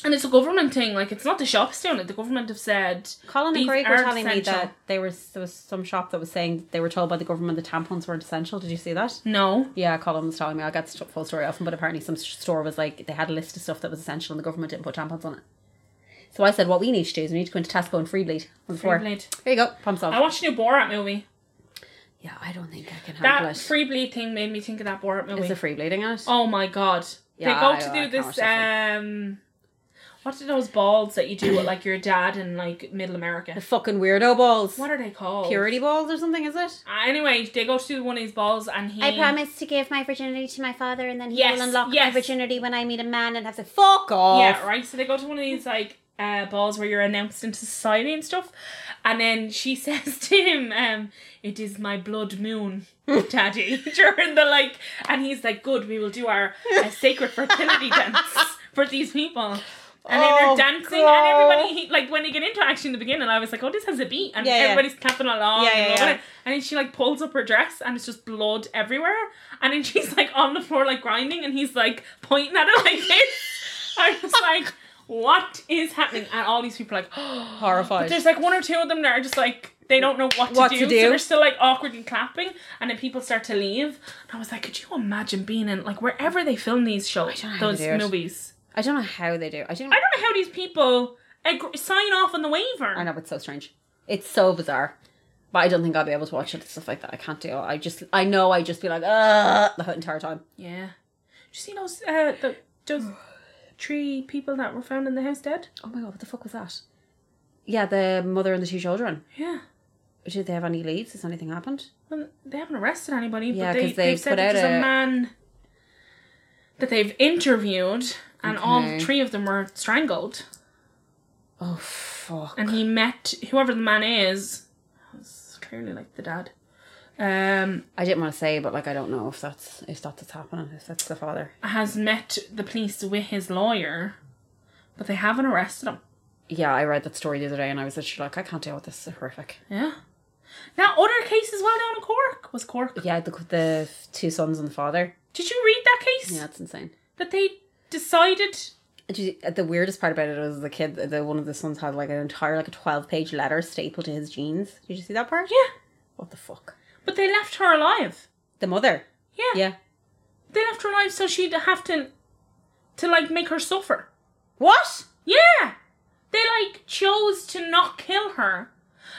Speaker 1: and it's a government thing, like it's not the shops doing it. The government have said
Speaker 2: Colin and
Speaker 1: These
Speaker 2: Craig were
Speaker 1: aren't
Speaker 2: telling
Speaker 1: essential.
Speaker 2: me that they were there was some shop that was saying they were told by the government the tampons weren't essential. Did you see that?
Speaker 1: no.
Speaker 2: Yeah, Colin was telling me. I got the full story off him, but apparently some s- store was like they had a list of stuff that was essential, and the government didn't put tampons on it. So I said, what we need to do is we need to go into Tesco and free bleed on the floor.
Speaker 1: Free bleed.
Speaker 2: There you go, pump
Speaker 1: I
Speaker 2: solved.
Speaker 1: watched a new Borat movie.
Speaker 2: Yeah, I don't think I can
Speaker 1: That
Speaker 2: handle it.
Speaker 1: free bleed thing made me think of that Borat movie.
Speaker 2: Is the free bleeding on it?
Speaker 1: oh my god.
Speaker 2: Yeah,
Speaker 1: they go
Speaker 2: I-
Speaker 1: to
Speaker 2: I
Speaker 1: do
Speaker 2: can't watch
Speaker 1: this
Speaker 2: that
Speaker 1: um what are those balls that you do with like your dad in like middle America?
Speaker 2: The fucking weirdo balls,
Speaker 1: What are they called?
Speaker 2: purity balls or something, is it? Mm.
Speaker 1: Uh, anyway, they go to do one of these balls and he
Speaker 2: I promise to give my virginity to my father, and then he
Speaker 1: Yes,
Speaker 2: will unlock my
Speaker 1: yes.
Speaker 2: virginity when I meet a man and have to fuck off.
Speaker 1: Yeah, right. So they go to one of these like uh, balls where you're announced into society and stuff, and then she says to him, um, "It is my blood moon, Daddy." During the like, and he's like, "Good, we will do our uh, sacred fertility dance for these people." And then
Speaker 2: Oh,
Speaker 1: they're dancing,
Speaker 2: God.
Speaker 1: and everybody like when they get into action in the beginning, I was like, "Oh, this has a beat," and
Speaker 2: Yeah, yeah.
Speaker 1: everybody's clapping along.
Speaker 2: Yeah, yeah,
Speaker 1: and,
Speaker 2: yeah.
Speaker 1: loving it. and then she like pulls up her dress, and it's just blood everywhere. And then she's like on the floor, like grinding, and he's like pointing at it like this. I was like, what is happening? And all these people are like,
Speaker 2: Horrified.
Speaker 1: there's like one or two of them that are just like, they don't know what to,
Speaker 2: What
Speaker 1: do,
Speaker 2: to do.
Speaker 1: So they're still like awkwardly clapping. And then people start to leave. And I was like, could you imagine being in like wherever they film these shows,
Speaker 2: don't know how they
Speaker 1: those
Speaker 2: do it.
Speaker 1: movies?
Speaker 2: I don't know how they do. I don't.
Speaker 1: I don't know how these people ag- sign off on the waiver.
Speaker 2: I know it's so strange. It's so bizarre. But I don't think I'll be able to watch it and stuff like that. I can't do it. I just I know I just be like, uh the whole entire time.
Speaker 1: Yeah. Did you see those, uh, the, those three people that were found in the house dead?
Speaker 2: Oh my god, what the fuck was that? Yeah, the mother and the two children.
Speaker 1: Yeah.
Speaker 2: Did they have any leads? Has anything happened?
Speaker 1: Well, they haven't arrested anybody,
Speaker 2: Yeah,
Speaker 1: but they,
Speaker 2: 'cause
Speaker 1: they've,
Speaker 2: they've put
Speaker 1: said that
Speaker 2: out
Speaker 1: there's a,
Speaker 2: a-
Speaker 1: man that they've interviewed, and all
Speaker 2: Okay.
Speaker 1: three of them were strangled.
Speaker 2: Oh fuck.
Speaker 1: And he met whoever the man is. It's clearly like the dad. Um,
Speaker 2: I didn't want to say, but like I don't know if that's if that's what's happening, if that's the father.
Speaker 1: has met the police with his lawyer, but they haven't arrested him.
Speaker 2: Yeah, I read that story the other day and I was literally like, I can't deal with this, this is horrific.
Speaker 1: Yeah. That other case as well down in Cork was Cork.
Speaker 2: Yeah, the the two sons and the father.
Speaker 1: Did you read that case?
Speaker 2: Yeah, it's insane.
Speaker 1: That they decided.
Speaker 2: Did you- uh, The weirdest part about it was the kid, the one of the sons had like an entire like a twelve page letter stapled to his jeans. Did you see that part?
Speaker 1: Yeah.
Speaker 2: What the fuck?
Speaker 1: But they left her alive.
Speaker 2: The mother.
Speaker 1: Yeah.
Speaker 2: Yeah.
Speaker 1: They left her alive so she'd have to, to like make her suffer.
Speaker 2: What?
Speaker 1: Yeah. They like chose to not kill her.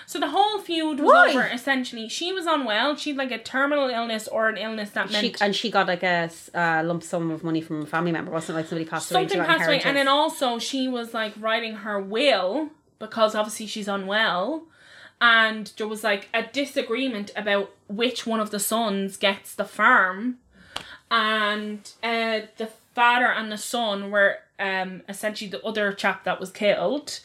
Speaker 1: So the whole feud was
Speaker 2: Why?
Speaker 1: over essentially. She was unwell. She'd like a terminal illness or an illness that meant
Speaker 2: She and she got like a s- uh, lump sum of money from a family member, wasn't it? Like somebody passed away. and she
Speaker 1: something
Speaker 2: got
Speaker 1: passed away. And
Speaker 2: inheritance.
Speaker 1: then also she was like writing her will because obviously she's unwell. And there was like a disagreement about which one of the sons gets the farm. And uh, the father and the son were um, essentially the other chap that was killed.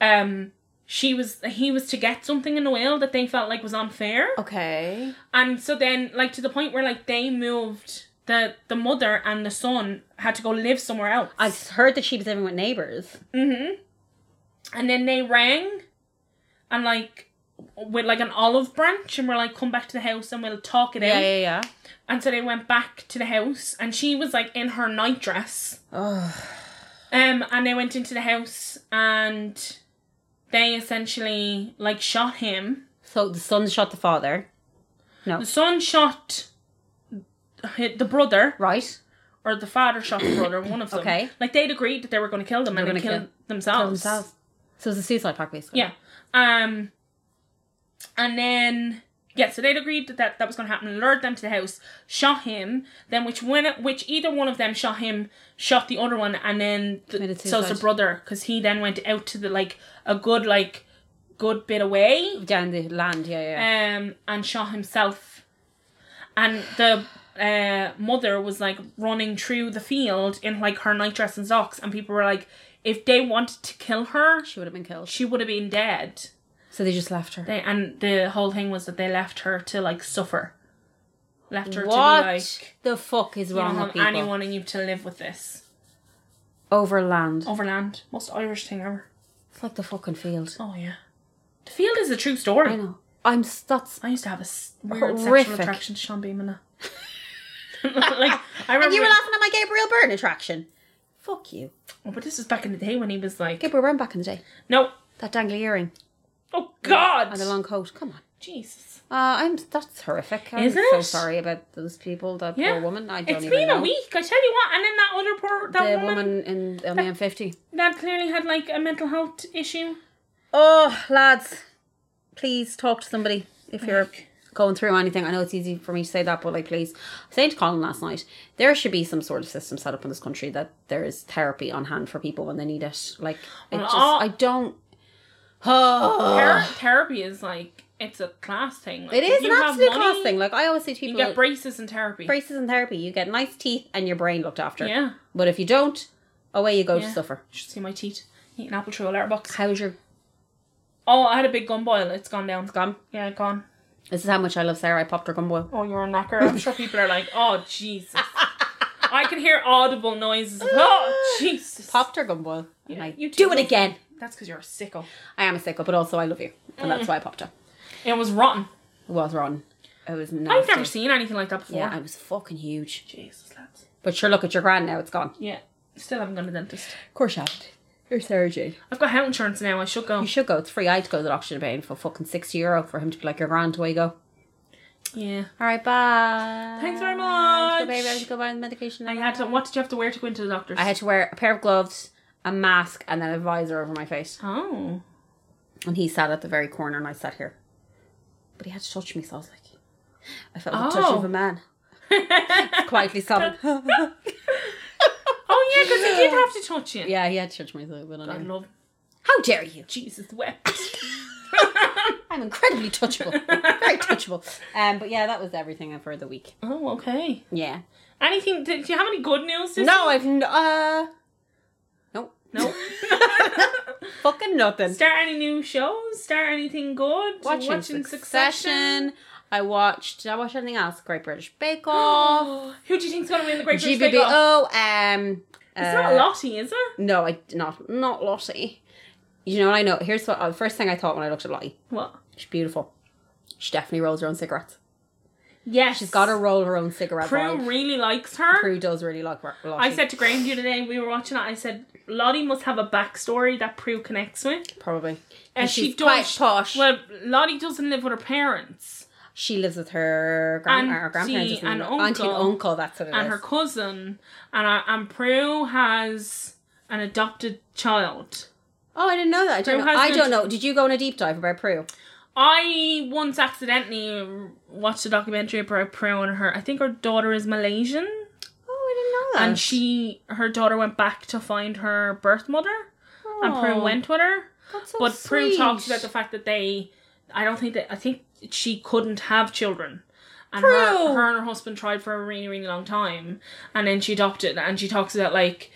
Speaker 1: Um, she was he was to get something in the will that they felt like was unfair.
Speaker 2: okay.
Speaker 1: And so then, like to the point where like they moved the the mother and the son had to go live somewhere else.
Speaker 2: I s- heard that she was living with neighbors.
Speaker 1: and then they rang, and like with like an olive branch, and we're like, "Come back to the house, and we'll talk it out."
Speaker 2: yeah.
Speaker 1: And so they went back to the house, and she was like in her nightdress.
Speaker 2: Oh,
Speaker 1: Um, and they went into the house, and they essentially like shot him.
Speaker 2: so the son shot the father,
Speaker 1: The son shot hi- the brother,
Speaker 2: right?
Speaker 1: or the father shot the brother, one of them.
Speaker 2: Okay.
Speaker 1: Like they'd agreed that they were going to kill them and
Speaker 2: were
Speaker 1: they
Speaker 2: gonna
Speaker 1: killed
Speaker 2: kill-
Speaker 1: themselves.
Speaker 2: Themselves. So it was a suicide pact, basically.
Speaker 1: Yeah. Um. And then yeah, so they'd agreed that that, that was going to happen. Lured them to the house, shot him. Then which one, which either one of them shot him, shot the other one, and then
Speaker 2: Made
Speaker 1: the,
Speaker 2: it
Speaker 1: so it's the
Speaker 2: suicide.
Speaker 1: brother because he then went out to the like a good like good bit away
Speaker 2: Down the land. Yeah, yeah.
Speaker 1: um, and shot himself. And the uh, mother was like running through the field in like her nightdress and socks, and people were like, if they wanted to kill her,
Speaker 2: she would have been killed.
Speaker 1: she would have been dead.
Speaker 2: So they just left her.
Speaker 1: They and the whole thing was that they left her to like suffer, left her
Speaker 2: what
Speaker 1: to be like,
Speaker 2: the fuck is
Speaker 1: you
Speaker 2: wrong
Speaker 1: don't
Speaker 2: with
Speaker 1: have
Speaker 2: people?
Speaker 1: anyone and you have to live with this.
Speaker 2: Overland.
Speaker 1: Overland, most Irish thing ever.
Speaker 2: It's like the fucking field.
Speaker 1: Oh yeah, the field is a true
Speaker 2: I
Speaker 1: story. I,
Speaker 2: know. I'm. s- That's.
Speaker 1: used to have a s- weird
Speaker 2: Horrific.
Speaker 1: sexual attraction to Sean Beeman. like I remember
Speaker 2: And you were
Speaker 1: when-
Speaker 2: laughing at my Gabriel Byrne attraction. Fuck you.
Speaker 1: Oh, but this was back in the day when he was like,
Speaker 2: Gabriel Byrne back in the day.
Speaker 1: no,
Speaker 2: That dangly earring
Speaker 1: oh God,
Speaker 2: and the long coat. Come on.
Speaker 1: Jesus.
Speaker 2: Uh, I'm. That's horrific. I'm
Speaker 1: Is
Speaker 2: so
Speaker 1: it?
Speaker 2: sorry about those people. That
Speaker 1: Yeah,
Speaker 2: poor woman. I don't
Speaker 1: It's
Speaker 2: even
Speaker 1: been
Speaker 2: know.
Speaker 1: a week, I tell you what. And then that other poor that
Speaker 2: The
Speaker 1: woman,
Speaker 2: woman in on the M50.
Speaker 1: that clearly had like a mental health issue.
Speaker 2: Oh, lads, please talk to somebody if you're going through anything. I know it's easy for me to say that, but like, please. I was saying to Colin last night, there should be some sort of system set up in this country that there is therapy on hand for people when they need it. Like, it
Speaker 1: Well, uh,
Speaker 2: just,
Speaker 1: all-
Speaker 2: I don't. Oh,
Speaker 1: Thera- therapy is like it's a class thing. Like,
Speaker 2: it
Speaker 1: if
Speaker 2: is an
Speaker 1: you have
Speaker 2: absolute
Speaker 1: money,
Speaker 2: class thing. Like, I always say to
Speaker 1: You
Speaker 2: people,
Speaker 1: get
Speaker 2: like,
Speaker 1: braces in therapy.
Speaker 2: braces and therapy, you get nice teeth and your brain looked after.
Speaker 1: Yeah.
Speaker 2: But if you don't, away you go to
Speaker 1: Yeah.
Speaker 2: suffer.
Speaker 1: You should see my teeth. Eat an apple through a letterbox.
Speaker 2: How's your
Speaker 1: Oh, I had a big gum boil. It's gone down.
Speaker 2: gum?
Speaker 1: Yeah, gone.
Speaker 2: This is how much I love Sarah. I popped her gumbo.
Speaker 1: Oh, you're a knacker. I'm sure people are like, oh Jesus. I can hear audible noises. of, Oh Jesus.
Speaker 2: Popped her gumbo. And I
Speaker 1: you
Speaker 2: do
Speaker 1: do
Speaker 2: it
Speaker 1: love-
Speaker 2: again.
Speaker 1: That's because you're a sicko.
Speaker 2: I am a sicko, but also I love you, and that's why I popped up.
Speaker 1: It was rotten.
Speaker 2: It was rotten. It was nasty.
Speaker 1: I've never seen anything like that before.
Speaker 2: Yeah, it was fucking huge.
Speaker 1: Jesus, lads.
Speaker 2: But sure, look at your grand now; it's gone.
Speaker 1: Yeah. Still haven't gone to the dentist.
Speaker 2: Of course, you haven't. You're Sarah Jane.
Speaker 1: I've got health insurance now. I should go.
Speaker 2: You should go. It's free. I had to go to the auction and pay him for fucking sixty euro for him to be like your grand. Away you go.
Speaker 1: Yeah.
Speaker 2: All right, bye.
Speaker 1: Thanks very
Speaker 2: Go, baby. I have
Speaker 1: much.
Speaker 2: to go buy the medication.
Speaker 1: I had to. What did you have to wear to go into the doctor's?
Speaker 2: I had to wear a pair of gloves, a mask, and then a visor over my face.
Speaker 1: Oh.
Speaker 2: And he sat at the very corner, and I sat here. But he had to touch me, so I was like, I felt the touch
Speaker 1: Oh.
Speaker 2: of a man. Quietly sobbing.
Speaker 1: Oh yeah, because he did have to touch you.
Speaker 2: Yeah, he had church music, but I
Speaker 1: I
Speaker 2: don't know.
Speaker 1: love
Speaker 2: How dare you?
Speaker 1: Jesus wept.
Speaker 2: I'm incredibly touchable. Very touchable. Um, but yeah, that was everything for the week.
Speaker 1: oh okay.
Speaker 2: Yeah.
Speaker 1: Anything? Did do you have any good news? This
Speaker 2: No, I've n- uh, nope,
Speaker 1: No.
Speaker 2: fucking nothing.
Speaker 1: Start any new shows? Start anything good?
Speaker 2: Watching, Succession. I watched. Did I watch anything else? Great British Bake Off.
Speaker 1: Oh, who do you think's gonna win the Great British Bake Off?
Speaker 2: GBBO. Um,
Speaker 1: It's
Speaker 2: uh,
Speaker 1: not Lottie, is it?
Speaker 2: No, I not not Lottie. You know what I know? Here's what uh, the first thing I thought when I looked at Lottie.
Speaker 1: What?
Speaker 2: She's beautiful. She definitely rolls her own cigarettes.
Speaker 1: Yeah,
Speaker 2: She's got to roll her own cigarette.
Speaker 1: Prue
Speaker 2: vibe.
Speaker 1: really likes her.
Speaker 2: Prue does really like Ro- Lottie.
Speaker 1: I said to Grandview today, we were watching it, I said, Lottie must have a backstory that Prue connects with.
Speaker 2: probably.
Speaker 1: And
Speaker 2: she's
Speaker 1: she
Speaker 2: quite
Speaker 1: does.
Speaker 2: posh.
Speaker 1: Well, Lottie doesn't live with her parents.
Speaker 2: She lives with her grand-
Speaker 1: Auntie
Speaker 2: or grandparents, isn't it?
Speaker 1: and
Speaker 2: auntie and
Speaker 1: uncle.
Speaker 2: uncle. That's what it is.
Speaker 1: and her cousin, and I, and Prue has an adopted child.
Speaker 2: oh, I didn't know that. I don't
Speaker 1: Prue
Speaker 2: know.
Speaker 1: has
Speaker 2: I
Speaker 1: no-
Speaker 2: don't know. Did you go on a deep dive about Prue?
Speaker 1: I once accidentally watched a documentary about Prue and her. I think her daughter is Malaysian,
Speaker 2: Oh, I didn't know that.
Speaker 1: and she her daughter went back to find her birth mother, and Prue
Speaker 2: Oh,
Speaker 1: went with her.
Speaker 2: That's so
Speaker 1: but Prue
Speaker 2: sweet.
Speaker 1: talks about the fact that they, I don't think that I think she couldn't have children. And
Speaker 2: Prue!
Speaker 1: her, her and her husband tried for a really, really long time, and then she adopted. And she talks about like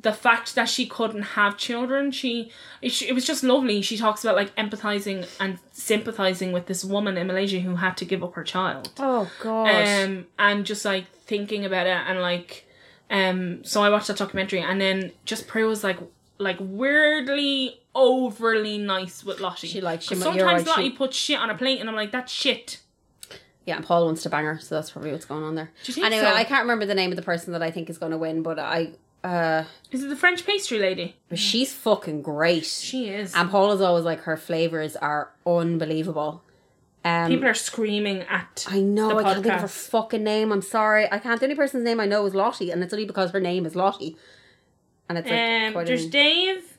Speaker 1: the fact that she couldn't have children. She it, she, it was just lovely. She talks about like empathizing and sympathizing with this woman in Malaysia who had to give up her child
Speaker 2: Oh God.
Speaker 1: um and just like thinking about it and like um so i watched that documentary and then just prue was like like weirdly overly nice with lottie
Speaker 2: She, like, she
Speaker 1: 'Cause
Speaker 2: might- you're
Speaker 1: sometimes
Speaker 2: right, she-
Speaker 1: lottie puts shit on a plate and i'm like that's shit
Speaker 2: yeah, and Paul wants to bang her, so that's probably what's going on there.
Speaker 1: you think
Speaker 2: anyway,
Speaker 1: so?
Speaker 2: I can't remember the name of the person that I think is going to win, but I, uh,
Speaker 1: is it the french pastry lady
Speaker 2: but she's fucking great.
Speaker 1: she is
Speaker 2: and Paul is always like her flavors are unbelievable. Um,
Speaker 1: people are screaming at
Speaker 2: I know.
Speaker 1: the
Speaker 2: I can't think of her
Speaker 1: podcast.
Speaker 2: fucking name. I'm sorry. I can't. The only person's name I know is Lottie, and it's only because her name is Lottie. And it's like
Speaker 1: um
Speaker 2: quite
Speaker 1: there's
Speaker 2: an-
Speaker 1: dave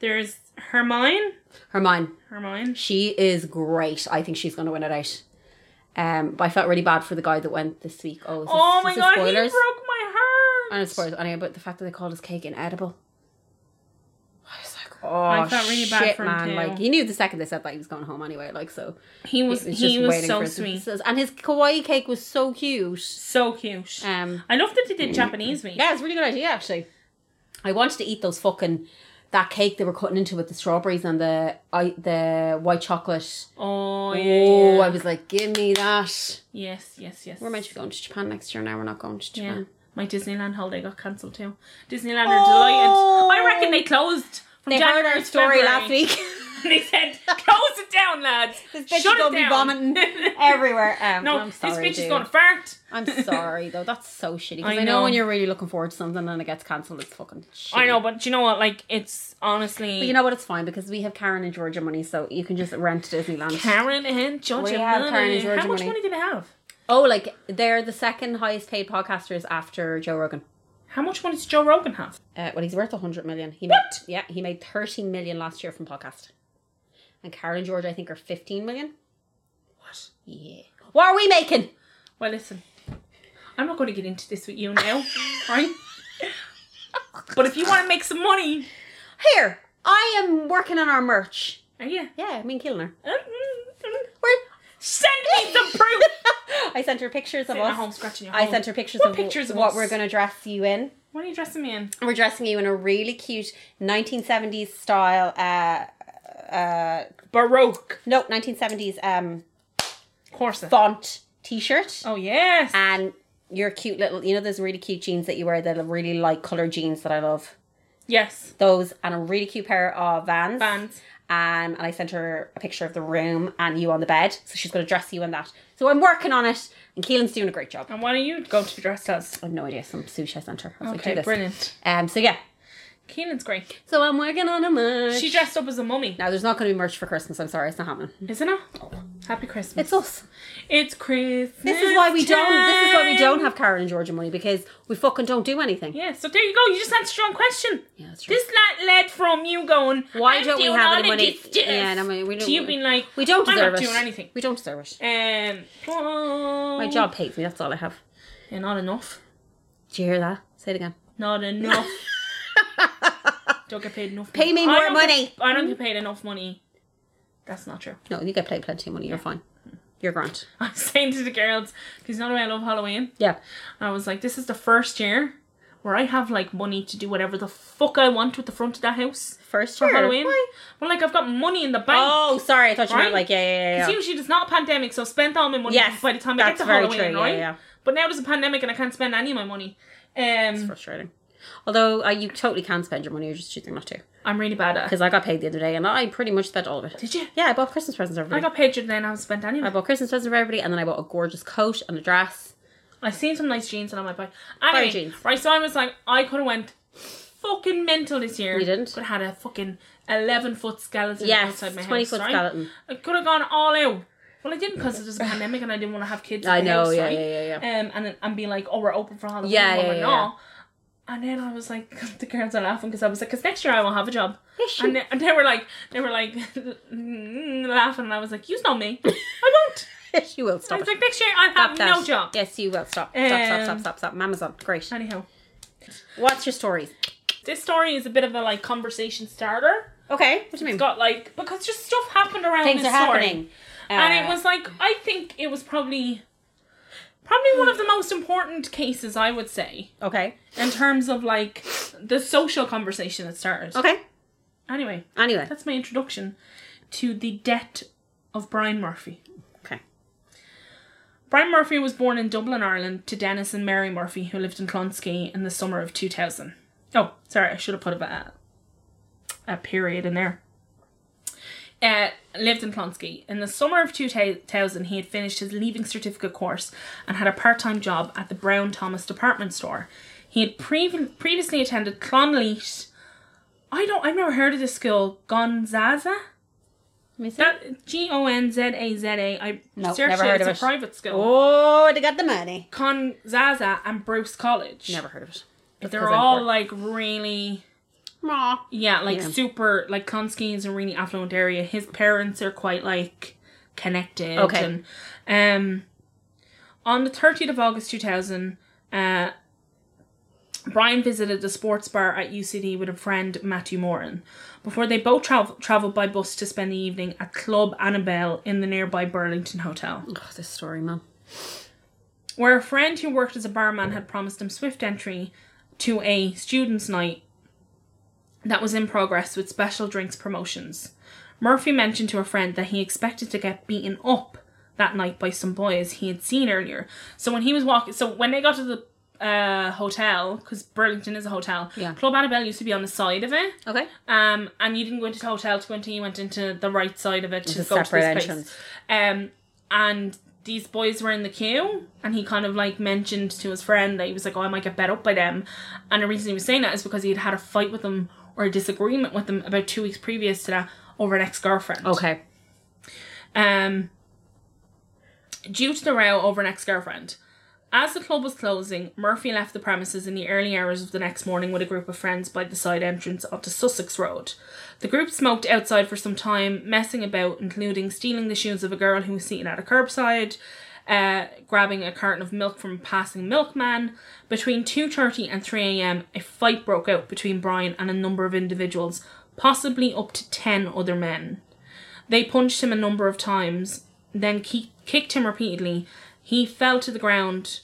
Speaker 1: there's hermine
Speaker 2: Hermione.
Speaker 1: hermine
Speaker 2: She is great. I think she's going to win it out. Um, but I felt really bad for the guy that went this week. Oh, is this,
Speaker 1: oh
Speaker 2: is
Speaker 1: my
Speaker 2: this
Speaker 1: god he
Speaker 2: Spoilers.
Speaker 1: broke my heart
Speaker 2: I know it's spoilers. Anyway, but the fact that they called his cake inedible. I was like, oh,
Speaker 1: I felt really
Speaker 2: shit,
Speaker 1: bad for him
Speaker 2: man.
Speaker 1: too.
Speaker 2: Like he knew the second they said that he was going home anyway. Like so,
Speaker 1: he was,
Speaker 2: it's
Speaker 1: he
Speaker 2: just
Speaker 1: was
Speaker 2: waiting
Speaker 1: so
Speaker 2: for it to-
Speaker 1: sweet
Speaker 2: And his kawaii cake was so cute.
Speaker 1: so cute
Speaker 2: Um,
Speaker 1: i love that they did japanese meat
Speaker 2: Yeah, it's a really good idea actually. I wanted to eat those fucking that cake they were cutting into with the strawberries and the I, the white chocolate.
Speaker 1: Oh, yeah.
Speaker 2: Oh,
Speaker 1: yeah.
Speaker 2: I was like, give me that.
Speaker 1: yes, yes, yes.
Speaker 2: We're meant to be going to Japan next year. Now we're not going to Japan.
Speaker 1: yeah. My Disneyland holiday got cancelled too. Disneyland are
Speaker 2: Oh.
Speaker 1: delighted. I reckon they closed from
Speaker 2: They
Speaker 1: January
Speaker 2: heard our
Speaker 1: to
Speaker 2: story
Speaker 1: February.
Speaker 2: last week.
Speaker 1: they said, "Close it down, lads.
Speaker 2: this bitch is
Speaker 1: Shut it
Speaker 2: gonna
Speaker 1: down."
Speaker 2: be vomiting everywhere. Um,
Speaker 1: no,
Speaker 2: I'm
Speaker 1: this
Speaker 2: sorry,
Speaker 1: bitch is
Speaker 2: dude.
Speaker 1: gonna fart.
Speaker 2: I'm sorry though. That's so shitty. Because I,
Speaker 1: I
Speaker 2: know.
Speaker 1: know.
Speaker 2: when you're really looking forward to something and it gets cancelled, it's fucking. Shitty.
Speaker 1: I know, but you know what? Like, it's honestly.
Speaker 2: But you know what? It's fine because we have Karen and Georgia money, so you can just rent Disneyland.
Speaker 1: Karen and Georgia.
Speaker 2: We have
Speaker 1: money.
Speaker 2: Karen and Georgia
Speaker 1: How much
Speaker 2: money.
Speaker 1: money do they have?
Speaker 2: Oh, like they're the second highest paid podcasters after Joe Rogan.
Speaker 1: How much money does Joe Rogan have?
Speaker 2: Uh, well, he's worth 100 million. He
Speaker 1: What?
Speaker 2: Made, yeah, he made 13 million last year from podcast. And Karen and George, I think, are 15 million.
Speaker 1: What?
Speaker 2: Yeah. What are we making?
Speaker 1: Well, listen, I'm not going to get into this with you now, right? But if you want to make some money,
Speaker 2: Here, I am working on our merch.
Speaker 1: are you?
Speaker 2: Yeah, I mean, killing her.
Speaker 1: Send
Speaker 2: We're...
Speaker 1: me some proof.
Speaker 2: I sent her pictures of
Speaker 1: Sitting at
Speaker 2: us.
Speaker 1: home scratching your.
Speaker 2: I
Speaker 1: hole.
Speaker 2: sent her pictures
Speaker 1: What
Speaker 2: of,
Speaker 1: pictures of
Speaker 2: what
Speaker 1: us?
Speaker 2: we're going to dress you in.
Speaker 1: What are you dressing me in?
Speaker 2: We're dressing you in a really cute 1970s style, uh, uh,
Speaker 1: Baroque
Speaker 2: no, 1970s um,
Speaker 1: corset.
Speaker 2: font t shirt.
Speaker 1: Oh yes.
Speaker 2: and your cute little you know those really cute jeans that you wear the really light colored jeans that i love
Speaker 1: yes.
Speaker 2: those and a really cute pair of vans
Speaker 1: Bands.
Speaker 2: um, and i sent her a picture of the room and you on the bed so she's going to dress you in that so i'm working on it and keelan's doing a great job i
Speaker 1: And what are you going to be dressed as?
Speaker 2: have no idea some sushi i sent her I was like, do
Speaker 1: Okay,
Speaker 2: this.
Speaker 1: brilliant.
Speaker 2: um so yeah
Speaker 1: Keenan's great.
Speaker 2: so i'm working on a merch
Speaker 1: She dressed up as a mummy,
Speaker 2: now there's not going to be merch for christmas i'm sorry it's not happening
Speaker 1: isn't it? Happy Christmas.
Speaker 2: it's us
Speaker 1: It's Christmas.
Speaker 2: this is why we don't this is why we don't
Speaker 1: time.
Speaker 2: have karen and georgia money because we fucking don't do anything
Speaker 1: Yeah, so there you go. You just answered your own question.
Speaker 2: Yeah, that's true.
Speaker 1: This lad led from you going,
Speaker 2: Why
Speaker 1: I'm
Speaker 2: don't we
Speaker 1: doing
Speaker 2: have
Speaker 1: all
Speaker 2: any
Speaker 1: of
Speaker 2: money?
Speaker 1: this stuff,"
Speaker 2: Yeah, no, we- we don't-
Speaker 1: To you being like,
Speaker 2: We don't
Speaker 1: I'm
Speaker 2: deserve
Speaker 1: not
Speaker 2: it.
Speaker 1: doing anything.
Speaker 2: We don't deserve it.
Speaker 1: Um,
Speaker 2: My job pays me. That's all I have.
Speaker 1: Yeah, not enough.
Speaker 2: Do you hear that? Say it again.
Speaker 1: Not enough. don't get paid enough.
Speaker 2: Pay me
Speaker 1: I
Speaker 2: more
Speaker 1: don't get-
Speaker 2: money.
Speaker 1: I don't get paid enough money. That's not true.
Speaker 2: No, you get paid plenty of money. You're fine. You're grand.
Speaker 1: I was saying to the girls, because you know the way I love Halloween?
Speaker 2: Yeah.
Speaker 1: I was like, this is the first year where I have like money to do whatever the fuck I want with the front of that house
Speaker 2: First
Speaker 1: for
Speaker 2: year.
Speaker 1: Halloween.
Speaker 2: Why?
Speaker 1: Well, like I've got money in the bank.
Speaker 2: Oh, sorry. I thought you meant
Speaker 1: Right?
Speaker 2: like yeah, yeah, yeah.
Speaker 1: It's
Speaker 2: yeah.
Speaker 1: usually there's not a pandemic, so I spent all my money
Speaker 2: Yes,
Speaker 1: by the time I
Speaker 2: that's
Speaker 1: get to
Speaker 2: very
Speaker 1: Halloween,
Speaker 2: true, yeah,
Speaker 1: right?
Speaker 2: yeah.
Speaker 1: But now there's a pandemic and I can't spend any of my money. Um,
Speaker 2: Frustrating. Although uh, you totally can spend your money, you're just choosing not to.
Speaker 1: I'm really bad at. it.
Speaker 2: Because I got paid the other day, and I pretty much spent all of it.
Speaker 1: Did you?
Speaker 2: Yeah, I bought Christmas presents for
Speaker 1: I
Speaker 2: everybody.
Speaker 1: got paid today and I haven't spent any. of
Speaker 2: I
Speaker 1: it.
Speaker 2: bought Christmas presents for everybody, and then I bought a gorgeous coat and a dress.
Speaker 1: I've seen some nice jeans and I might buy. Anyway,
Speaker 2: jeans.
Speaker 1: right? So I was like, I could have went fucking mental this year.
Speaker 2: You didn't.
Speaker 1: Could have had a fucking eleven foot skeleton
Speaker 2: Yes,
Speaker 1: outside my house.
Speaker 2: twenty foot
Speaker 1: right?
Speaker 2: skeleton.
Speaker 1: I could have gone all out. Well, I didn't because it was a pandemic and I didn't want to have kids.
Speaker 2: I
Speaker 1: at the
Speaker 2: know,
Speaker 1: house,
Speaker 2: yeah,
Speaker 1: right?
Speaker 2: yeah, yeah,
Speaker 1: Um, and then- and be like, oh, we're open for Halloween,
Speaker 2: Yeah,
Speaker 1: yeah,
Speaker 2: yeah,
Speaker 1: we're
Speaker 2: yeah,
Speaker 1: not. And then I was like, the girls are laughing because I was like, because next year I will have a job. And they, and they were like, they were like laughing, and I was like, you know me, I won't.
Speaker 2: she will
Speaker 1: I
Speaker 2: stop.
Speaker 1: was
Speaker 2: it.
Speaker 1: like, next year I'll have
Speaker 2: Stop that.
Speaker 1: no job.
Speaker 2: Yes, you will stop. Stop, stop,
Speaker 1: Um,
Speaker 2: stop, stop, stop. Amazon, great.
Speaker 1: Anyhow,
Speaker 2: What's your stories?
Speaker 1: this story is a bit of a like conversation starter.
Speaker 2: Okay, what do you mean?
Speaker 1: It's got like because just stuff happened around
Speaker 2: Things are
Speaker 1: this story.
Speaker 2: happening,
Speaker 1: and it
Speaker 2: Uh,
Speaker 1: was like I think it was probably probably one of the most important cases I would say
Speaker 2: okay,
Speaker 1: in terms of like the social conversation that started.
Speaker 2: okay.
Speaker 1: Anyway,
Speaker 2: Anyway,
Speaker 1: that's my introduction to the debt of Brian Murphy.
Speaker 2: okay.
Speaker 1: Brian Murphy was born in Dublin, Ireland, to Dennis and Mary Murphy, who lived in Clonsky in the summer of 2000. Oh, sorry, I should have put a, a period in there. Uh, lived in Clonsky. In the summer of 2000, he had finished his Leaving Certificate course and had a part time job at the Brown Thomas department store. He had previ- previously attended Clonleash. I don't, I've never heard of this school, Gonzaza?
Speaker 2: Let me see.
Speaker 1: That G O N Z A Z A. I
Speaker 2: No,
Speaker 1: searched
Speaker 2: never
Speaker 1: it.
Speaker 2: heard of
Speaker 1: it's a
Speaker 2: it.
Speaker 1: private school.
Speaker 2: oh, they got the money.
Speaker 1: Con Zaza and Bruce College.
Speaker 2: Never heard of it.
Speaker 1: They're
Speaker 2: 'cause I'm
Speaker 1: all
Speaker 2: poor.
Speaker 1: like really
Speaker 2: Aw.
Speaker 1: yeah, like
Speaker 2: Yeah.
Speaker 1: super like Konski is a really affluent area. His parents are quite like connected
Speaker 2: Okay.
Speaker 1: and um on the 30th of August 2000 uh Brian visited the sports bar at UCD with a friend Matthew Moran before they both travel traveled by bus to spend the evening at Club Annabelle in the nearby Burlington Hotel.
Speaker 2: Oh, this story, man.
Speaker 1: where a friend who worked as a barman had promised him swift entry to a students' night that was in progress with special drinks promotions. Murphy mentioned to a friend that he expected to get beaten up that night by some boys he had seen earlier. So when he was walking, so when they got to the uh, hotel, because Burlington is a hotel,
Speaker 2: Yeah.
Speaker 1: Club Annabelle used to be on the side of it.
Speaker 2: Okay.
Speaker 1: Um, and you didn't go into the hotel to go into, you went into the right side of it to
Speaker 2: a
Speaker 1: go to
Speaker 2: separate
Speaker 1: this
Speaker 2: entrance.
Speaker 1: place. Um, and these boys were in the queue, and he kind of like mentioned to his friend that he was like, "Oh, I might get bet up by them," and the reason he was saying that is because he had had a fight with them or a disagreement with them about two weeks previous to that over an ex girlfriend.
Speaker 2: Okay.
Speaker 1: Um, due to the row over an ex girlfriend. As the club was closing, Murphy left the premises in the early hours of the next morning with a group of friends by the side entrance onto Sussex Road. The group smoked outside for some time, messing about, including stealing the shoes of a girl who was seated at a curbside, uh, grabbing a carton of milk from a passing milkman. Between 2.30 and 3am, a fight broke out between Brian and a number of individuals, possibly up to 10 other men. They punched him a number of times, then ki- kicked him repeatedly. He fell to the ground.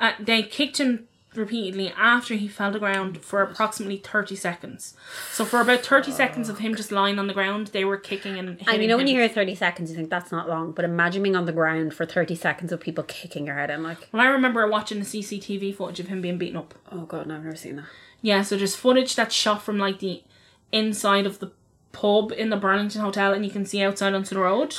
Speaker 1: Uh, they kicked him repeatedly after he fell to the ground for approximately 30 seconds. So, for about 30 seconds of him just lying on the ground, they were kicking and hitting
Speaker 2: And you know when
Speaker 1: him.
Speaker 2: you hear 30 seconds, you think that's not long, but imagine being on the ground for 30 seconds with people kicking your head in. Like,
Speaker 1: Well, I remember watching the CCTV footage of him being beaten up.
Speaker 2: oh god, no, I've never seen that.
Speaker 1: Yeah, so there's footage that's shot from like the inside of the pub in the Burlington Hotel, and you can see outside onto the road.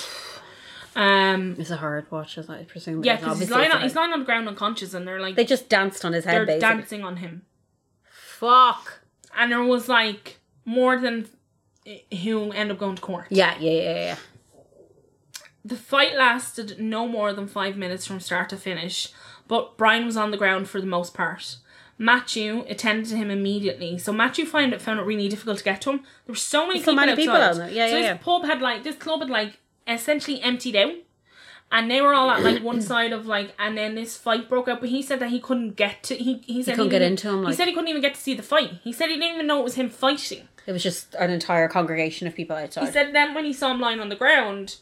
Speaker 1: Um,
Speaker 2: It's a hard watch, as I presume.
Speaker 1: yeah,
Speaker 2: because
Speaker 1: because he's
Speaker 2: obviously
Speaker 1: lying
Speaker 2: it's
Speaker 1: on
Speaker 2: a-
Speaker 1: he's lying on the ground unconscious, and they're like
Speaker 2: They just danced on his head,
Speaker 1: they're
Speaker 2: basically.
Speaker 1: dancing on him
Speaker 2: Fuck.
Speaker 1: and there was like more than who end up going to court
Speaker 2: Yeah, yeah, yeah, yeah.
Speaker 1: the fight lasted no more than five minutes from start to finish but brian was on the ground for the most part matthew attended to him immediately so matthew found it found it really difficult to get to him there were so many
Speaker 2: So
Speaker 1: people
Speaker 2: many people
Speaker 1: outside.
Speaker 2: on there. Yeah,
Speaker 1: so
Speaker 2: yeah,
Speaker 1: this
Speaker 2: yeah.
Speaker 1: pub had like this club had like essentially emptied out and they were all at like one side of like, and then this fight broke out. But he said that he couldn't get to he he said
Speaker 2: couldn't get
Speaker 1: didn't-
Speaker 2: into 'em,
Speaker 1: he
Speaker 2: like-
Speaker 1: said he couldn't even get to see the fight. He said he didn't even know it was him fighting.
Speaker 2: It was just an entire congregation of people outside.
Speaker 1: He said then when he saw him lying on the ground,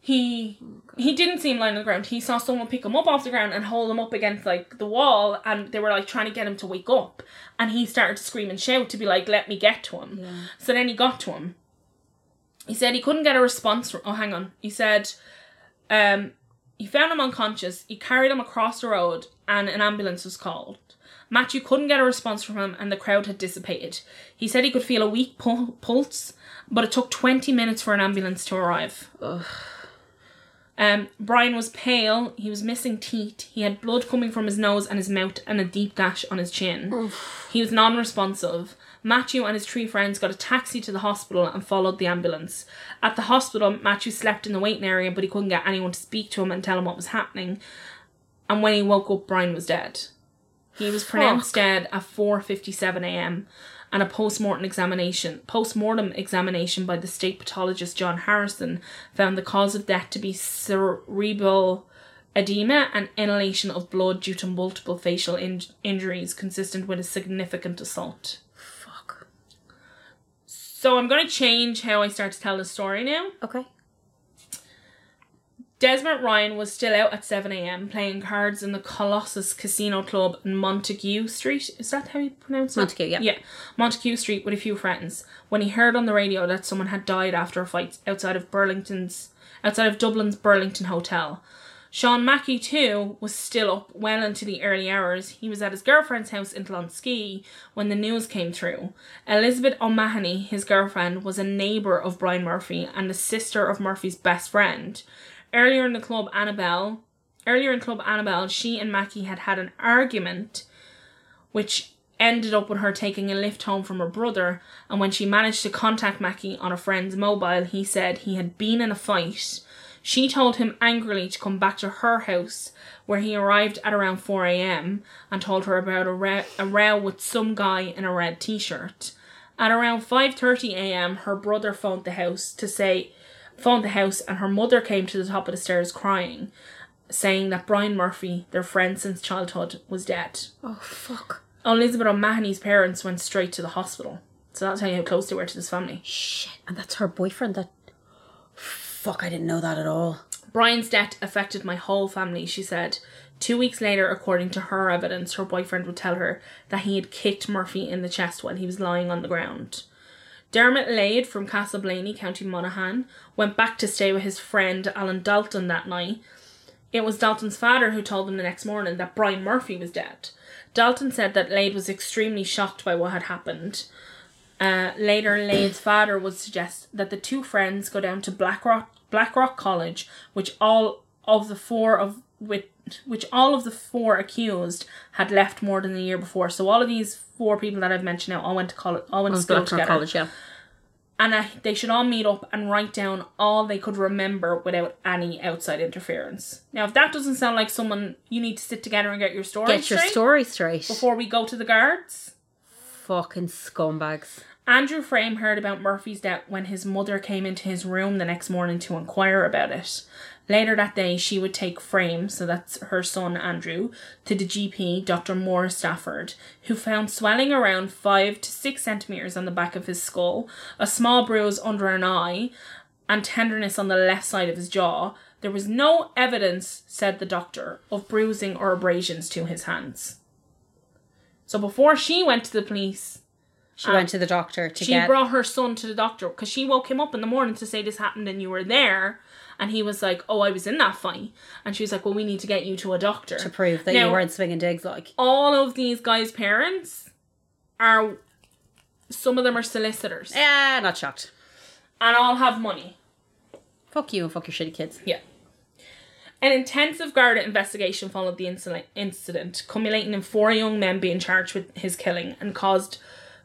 Speaker 1: he he didn't see him lying on the ground. He saw someone pick him up off the ground and hold him up against like the wall, and they were like trying to get him to wake up. And he started to scream and shout to be like, "Let me get to him." So then he got to him. He said he couldn't get a response. From, oh, hang on. He said, um, he found him unconscious. He carried him across the road, and an ambulance was called. Matthew couldn't get a response from him, and the crowd had dissipated. He said he could feel a weak pul- pulse, but it took 20 minutes for an ambulance to arrive. Um, Brian was pale, he was missing teeth, he had blood coming from his nose and his mouth, and a deep gash on his chin. He was non responsive. Matthew and his three friends got a taxi to the hospital and followed the ambulance. At the hospital, Matthew slept in the waiting area, but he couldn't get anyone to speak to him and tell him what was happening. And when he woke up, Brian was dead. He was pronounced dead at 4:57 a.m. and a post-mortem examination, post-mortem examination by the state pathologist John Harrison found the cause of death to be cerebral edema and inhalation of blood due to multiple facial in- injuries consistent with a significant assault.
Speaker 2: Fuck.
Speaker 1: So I'm going to change how I start to tell the story now.
Speaker 2: Okay.
Speaker 1: Desmond Ryan was still out at 7am playing cards in the Colossus Casino Club in Montague Street. Is that how you pronounce it?
Speaker 2: Montague, yeah.
Speaker 1: Yeah. Montague Street with a few friends when he heard on the radio that someone had died after a fight outside of Burlington's outside of Dublin's Burlington Hotel. Sean Mackey too was still up well into the early hours. He was at his girlfriend's house in Tlonski when the news came through. Elizabeth O'Mahony, his girlfriend, was a neighbour of Brian Murphy and the sister of Murphy's best friend. Earlier in the club, Annabelle, earlier in club Annabelle, she and Mackey had had an argument, which ended up with her taking a lift home from her brother. And when she managed to contact Mackey on a friend's mobile, he said he had been in a fight. She told him angrily to come back to her house, where he arrived at around 4 a.m. and told her about a, row- a row with some guy in a red t-shirt. At around 5:30 a.m., her brother phoned the house to say phoned the house and her mother came to the top of the stairs crying, saying that Brian Murphy, their friend since childhood, was dead.
Speaker 2: Oh fuck.
Speaker 1: Elizabeth O'Mahony's parents went straight to the hospital. So that's how you how close they were to this family.
Speaker 2: Shit. And that's her boyfriend. That. Fuck! I didn't know that at all.
Speaker 1: Brian's death affected my whole family, she said. Two weeks later, according to her evidence, her boyfriend would tell her that he had kicked Murphy in the chest while he was lying on the ground. Dermot Lade from Castleblaney, County Monaghan, went back to stay with his friend Alan Dalton that night. It was Dalton's father who told him the next morning that Brian Murphy was dead. Dalton said that Lade was extremely shocked by what had happened. Uh, later, Lade's father would suggest that the two friends go down to Blackrock Blackrock College, which all of the four of with which all of the four accused had left more than the year before. So all of these four people that I've mentioned now all went to college, all went to school together,
Speaker 2: college. Yeah.
Speaker 1: and I, they should all meet up and write down all they could remember without any outside interference. Now, if that doesn't sound like someone, you need to sit together and get your story
Speaker 2: Get your
Speaker 1: straight
Speaker 2: story straight.
Speaker 1: before we go to the guards.
Speaker 2: Fucking scumbags.
Speaker 1: Andrew Frame heard about Murphy's death when his mother came into his room the next morning to inquire about it. Later that day, she would take Frame, so that's her son Andrew, to the GP, Dr. Moore Stafford, who found swelling around 5 to 6 centimetres on the back of his skull, a small bruise under an eye, and tenderness on the left side of his jaw. There was no evidence, said the doctor, of bruising or abrasions to his hands. So before she went to the police,
Speaker 2: She went to the doctor to
Speaker 1: Um, she
Speaker 2: get.
Speaker 1: brought her son to the doctor because she woke him up in the morning to say this happened and you were there and he was like oh i was in that fight and she was like well we need to get you to a doctor
Speaker 2: to prove that
Speaker 1: Now,
Speaker 2: you weren't swinging digs like
Speaker 1: all of these guys parents are some of them are solicitors
Speaker 2: yeah not shocked
Speaker 1: and all have money
Speaker 2: fuck you and fuck your shitty kids
Speaker 1: Yeah. An intensive Garda investigation followed the incident, incident, culminating in four young men being charged with his killing and caused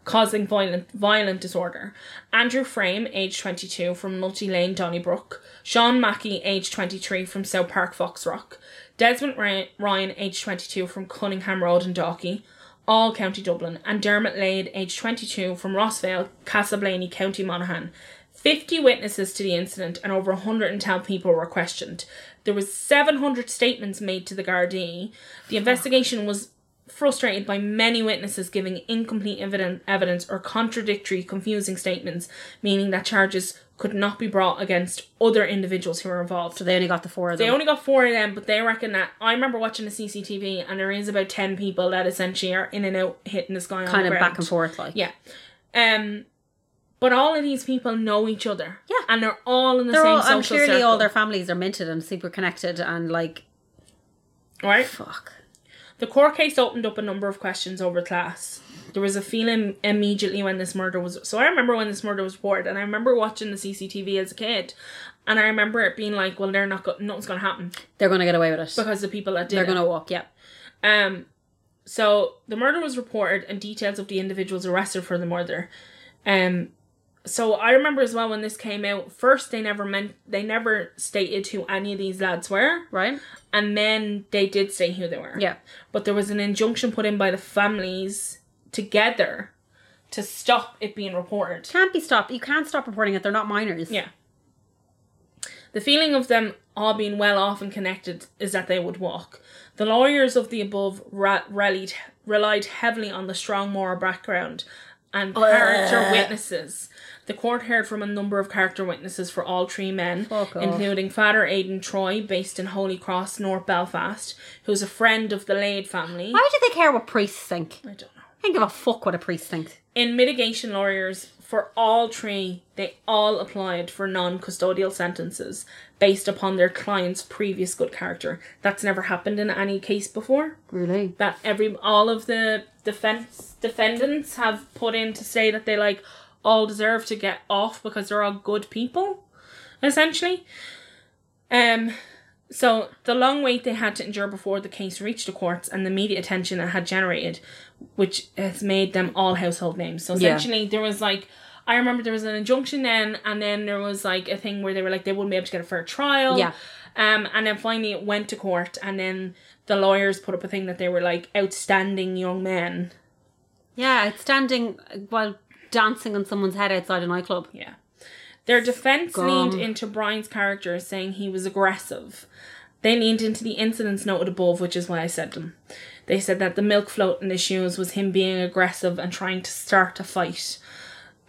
Speaker 1: causing violent violent disorder. Andrew Frame, age 22, from Multy Lane, Donnybrook. Sean Mackey, age 23, from South Park, Fox Rock. Desmond Ry- Ryan, age 22, from Cunningham Road in Dalkey, all County Dublin. And Dermot Lade, age 22, from Rossvale, Castleblaney, County Monaghan. 50 witnesses to the incident and over 110 people were questioned. There was 700 statements made to the Gardaí. The investigation was frustrated by many witnesses giving incomplete eviden- evidence or contradictory, confusing statements, meaning that charges could not be brought against other individuals who were involved.
Speaker 2: so they only got the four of them
Speaker 1: They only got four of them, but they reckon that I remember watching the CCTV, and there is about ten people that essentially are in and out hitting this guy. on
Speaker 2: kind
Speaker 1: the
Speaker 2: of
Speaker 1: ground.
Speaker 2: back and forth like
Speaker 1: Yeah. Um but all of these people know each other.
Speaker 2: Yeah.
Speaker 1: And they're all in the
Speaker 2: they're
Speaker 1: same
Speaker 2: all
Speaker 1: social
Speaker 2: and clearly
Speaker 1: circle.
Speaker 2: all their families are minted and super connected and like
Speaker 1: right?
Speaker 2: fuck
Speaker 1: The court case opened up a number of questions over class. There was a feeling immediately when this murder was so I remember when this murder was reported and I remember watching the CCTV as a kid and I remember it being like, Well they're not go- nothing's gonna happen
Speaker 2: they're gonna get away with it
Speaker 1: because the people that did
Speaker 2: they're
Speaker 1: it.
Speaker 2: gonna walk yeah
Speaker 1: Um, So the murder was reported and details of the individuals arrested for the murder. Um so I remember as well when this came out, first they never meant they never stated who any of these lads were,
Speaker 2: right?
Speaker 1: and then they did say who they were.
Speaker 2: Yeah.
Speaker 1: But there was an injunction put in by the families together to stop it being reported.
Speaker 2: Can't be stopped. You can't stop reporting it. They're not minors.
Speaker 1: Yeah. The feeling of them all being well off and connected is that they would walk. The lawyers of the above ra- rallied, relied heavily on the strong moral background and character witnesses. The court heard from a number of character witnesses for all three men,
Speaker 2: Fuck off.
Speaker 1: including Father Aidan Troy, based in Holy Cross, North Belfast, who's a friend of the Lade family.
Speaker 2: Why do they care what priests think?
Speaker 1: I don't know.
Speaker 2: I can't give a fuck what a priest thinks.
Speaker 1: In mitigation lawyers for all three, they all applied for non custodial sentences based upon their client's previous good character. That's never happened in any case before.
Speaker 2: Really?
Speaker 1: That every all of the defense defendants have put in to say that they like all deserve to get off because they're all good people, essentially. Um so the long wait they had to endure before the case reached the courts and the media attention it had generated, which has made them all household names. So
Speaker 2: Yeah.
Speaker 1: essentially, there was like I remember there was an injunction then, and then there was like a thing where they were like they wouldn't be able to get a fair trial.
Speaker 2: Yeah.
Speaker 1: Um, and then finally it went to court, and then the lawyers put up a thing that they were like outstanding young men.
Speaker 2: Yeah, it's standing uh, while dancing on someone's head outside a nightclub.
Speaker 1: Yeah. Their defense
Speaker 2: Scum.
Speaker 1: leaned into Brian's character, saying he was aggressive. They leaned into the incidents noted above, which is why I said them. They said that the milk float in his shoes was him being aggressive and trying to start a fight.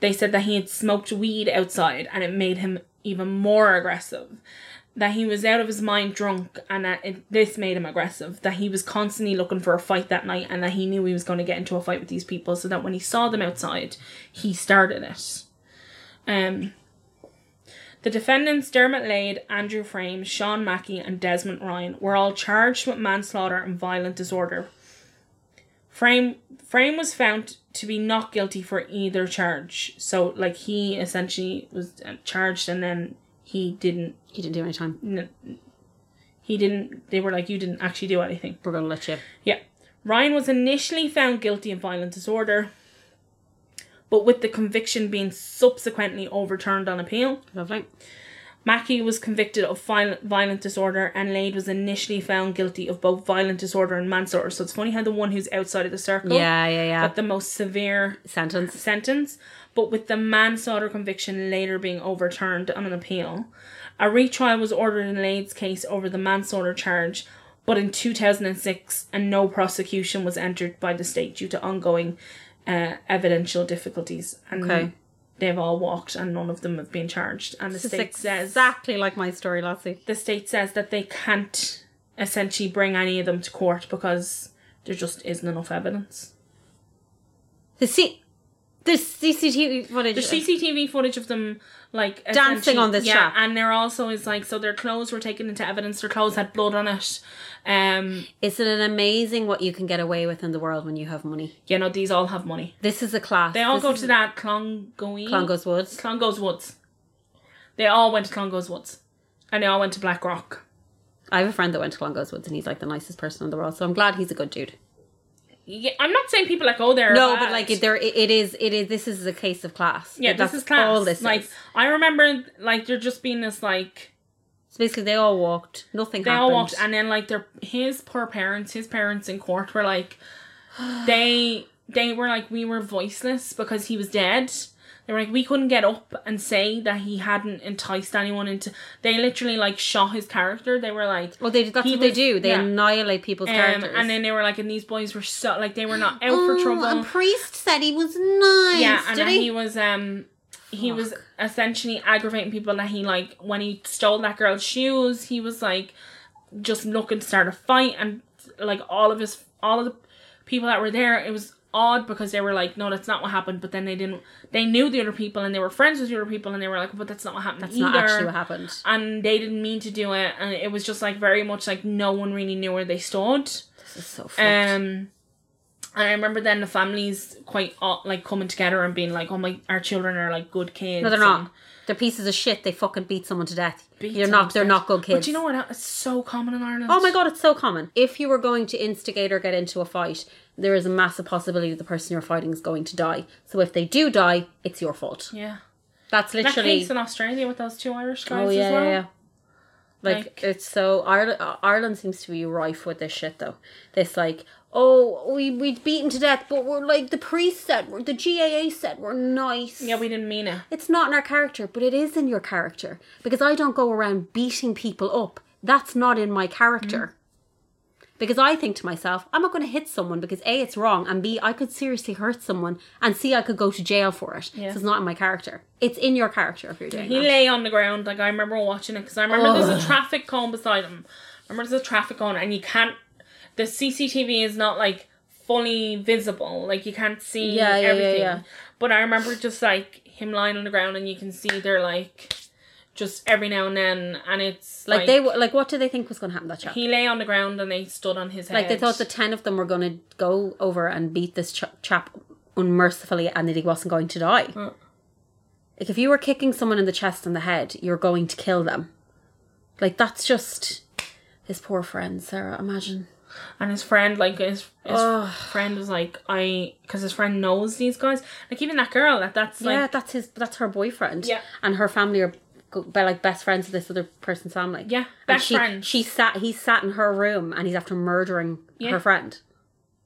Speaker 1: They said that he had smoked weed outside and it made him even more aggressive. That he was out of his mind drunk and that it, this made him aggressive. That he was constantly looking for a fight that night and that he knew he was going to get into a fight with these people so that when he saw them outside, he started it. Um, the defendants Dermot Lade, Andrew Frame, Sean Mackey, and Desmond Ryan were all charged with manslaughter and violent disorder. Frame Frame was found to be not guilty for either charge. So, like, he essentially was uh, charged, and then he didn't.
Speaker 2: You didn't do any time.
Speaker 1: He didn't. They were like, "You didn't actually do anything."
Speaker 2: We're gonna let you.
Speaker 1: Yeah. Ryan was initially found guilty of violent disorder, but with the conviction being subsequently overturned on appeal.
Speaker 2: Lovely.
Speaker 1: Mackey was convicted of viol- violent disorder, and Lade was initially found guilty of both violent disorder and manslaughter. So it's funny how the one who's outside of the circle
Speaker 2: Yeah, yeah, yeah.
Speaker 1: got the most severe
Speaker 2: Sentence.
Speaker 1: sentence, but with the manslaughter conviction later being overturned on an appeal. A retrial was ordered in Lade's case over the manslaughter charge, but in 2006, and no prosecution was entered by the state due to ongoing uh, evidential difficulties. And
Speaker 2: Okay.
Speaker 1: They've all walked, and none of them have been charged. And the
Speaker 2: This
Speaker 1: state
Speaker 2: is
Speaker 1: says
Speaker 2: exactly like my story, Lassie.
Speaker 1: the state says that they can't essentially bring any of them to court because there just isn't enough evidence.
Speaker 2: The C, there's CCTV footage.
Speaker 1: There's CCTV footage of them like
Speaker 2: Dancing
Speaker 1: essentially-
Speaker 2: on this
Speaker 1: yeah,
Speaker 2: chap.
Speaker 1: and there also is like so their clothes were taken into evidence. Their clothes had blood on it. Um,
Speaker 2: Isn't it amazing what you can get away with in the world when you have money?
Speaker 1: you know these all have money.
Speaker 2: This is a class.
Speaker 1: They all
Speaker 2: this
Speaker 1: go
Speaker 2: is
Speaker 1: to that Clongoe.
Speaker 2: Clongowes Woods.
Speaker 1: Clongoe's Woods. They all went to Clongoe's Woods, and they all went to Black Rock.
Speaker 2: I have a friend that went to Clongowes Woods, and he's like the nicest person in the world. So I'm glad he's a good dude.
Speaker 1: Yeah, I'm not saying people that go there. are
Speaker 2: No,
Speaker 1: bad.
Speaker 2: but like there, it, it is. It is. This is a case of class.
Speaker 1: yeah, this
Speaker 2: That's
Speaker 1: is class.
Speaker 2: All this
Speaker 1: like
Speaker 2: is.
Speaker 1: I remember, like there just being this like
Speaker 2: So basically, they all walked. Nothing.
Speaker 1: they
Speaker 2: happened.
Speaker 1: all walked and then like their his poor parents his parents in court were like they they were like we were voiceless because he was dead they were like we couldn't get up and say that he hadn't enticed anyone into they literally like shot his character they were like
Speaker 2: Well, they, that's
Speaker 1: He
Speaker 2: what they
Speaker 1: was-
Speaker 2: do. They
Speaker 1: yeah.
Speaker 2: annihilate people's
Speaker 1: um,
Speaker 2: characters.
Speaker 1: and then they were like and these boys were so like they were not out
Speaker 2: oh,
Speaker 1: for trouble
Speaker 2: And priest said he was nice.
Speaker 1: yeah and
Speaker 2: did
Speaker 1: then
Speaker 2: he?
Speaker 1: he? was um he was
Speaker 2: Fuck.
Speaker 1: essentially aggravating people that he like when he stole that girl's shoes he was like just looking to start a fight and like all of his all of the people that were there it was odd because they were like no that's not what happened but then they didn't they knew the other people and they were friends with the other people and they were like but that's not what happened
Speaker 2: That's
Speaker 1: either uh,
Speaker 2: not actually what happened.
Speaker 1: and they didn't mean to do it and it was just like very much like no one really knew where they stood
Speaker 2: This is so fucked.
Speaker 1: um, and I remember then the families quite uh, like coming together and being like, "Oh my, our children are like good kids."
Speaker 2: no, they're not.
Speaker 1: and-
Speaker 2: They're pieces of shit. They fucking beat someone to death.
Speaker 1: Beat
Speaker 2: You're
Speaker 1: someone
Speaker 2: not.
Speaker 1: to
Speaker 2: They're
Speaker 1: death.
Speaker 2: not good kids.
Speaker 1: But you know what? else? It's so common in Ireland.
Speaker 2: Oh my god, it's so common. If you were going to instigate or get into a fight, there is a massive possibility that the person you're fighting is going to die. So if they do die, it's your fault.
Speaker 1: Yeah.
Speaker 2: That's
Speaker 1: That
Speaker 2: literally.
Speaker 1: case in Australia with those two Irish guys
Speaker 2: oh yeah,
Speaker 1: as well.
Speaker 2: yeah, yeah. Like,
Speaker 1: Like-
Speaker 2: it's so Ireland. Ireland seems to be rife with this shit though. This like, oh, we we beat him to death, but we're like the priest said, we're, the GAA said we're nice.
Speaker 1: Yeah, we didn't mean it.
Speaker 2: It's not in our character, but it is in your character because I don't go around beating people up. That's not in my
Speaker 1: Mm-hmm.
Speaker 2: character. Because I think to myself, I'm not going to hit someone because A, it's wrong, and B, I could seriously hurt someone, and C, I could go to jail for it.
Speaker 1: Yeah.
Speaker 2: So it's not in my character. It's in your character if you're doing
Speaker 1: He
Speaker 2: that.
Speaker 1: lay on the ground. Like I remember watching it because I remember there's a traffic cone beside him. I remember there's a traffic cone, and you can't. The CCTV is not like fully visible. Like you can't see
Speaker 2: Yeah, yeah, yeah,
Speaker 1: everything.
Speaker 2: yeah.
Speaker 1: But I remember just like him lying on the ground, and you can see they're like just every now and then, and it's
Speaker 2: Like they were, like what do they think was going to happen to that chap?
Speaker 1: He lay on the ground, and they stood on his head.
Speaker 2: Like they thought the ten of them were going to go over and beat this ch- chap unmercifully, and that he wasn't going to die.
Speaker 1: Mm.
Speaker 2: Like if you were kicking someone in the chest and the head, you're going to kill them. Like that's just his poor friend Sarah. Imagine.
Speaker 1: And his friend, like his, his
Speaker 2: Ugh.
Speaker 1: friend, was like, "I," because his friend knows these guys. Like even that girl, that that's
Speaker 2: yeah,
Speaker 1: like,
Speaker 2: that's his. That's her boyfriend.
Speaker 1: Yeah.
Speaker 2: and her family are go- be- like best friends of this other person's family.
Speaker 1: Yeah,
Speaker 2: And
Speaker 1: best
Speaker 2: she,
Speaker 1: friends.
Speaker 2: She sat. He sat in her room, and he's after murdering
Speaker 1: Yeah.
Speaker 2: her friend.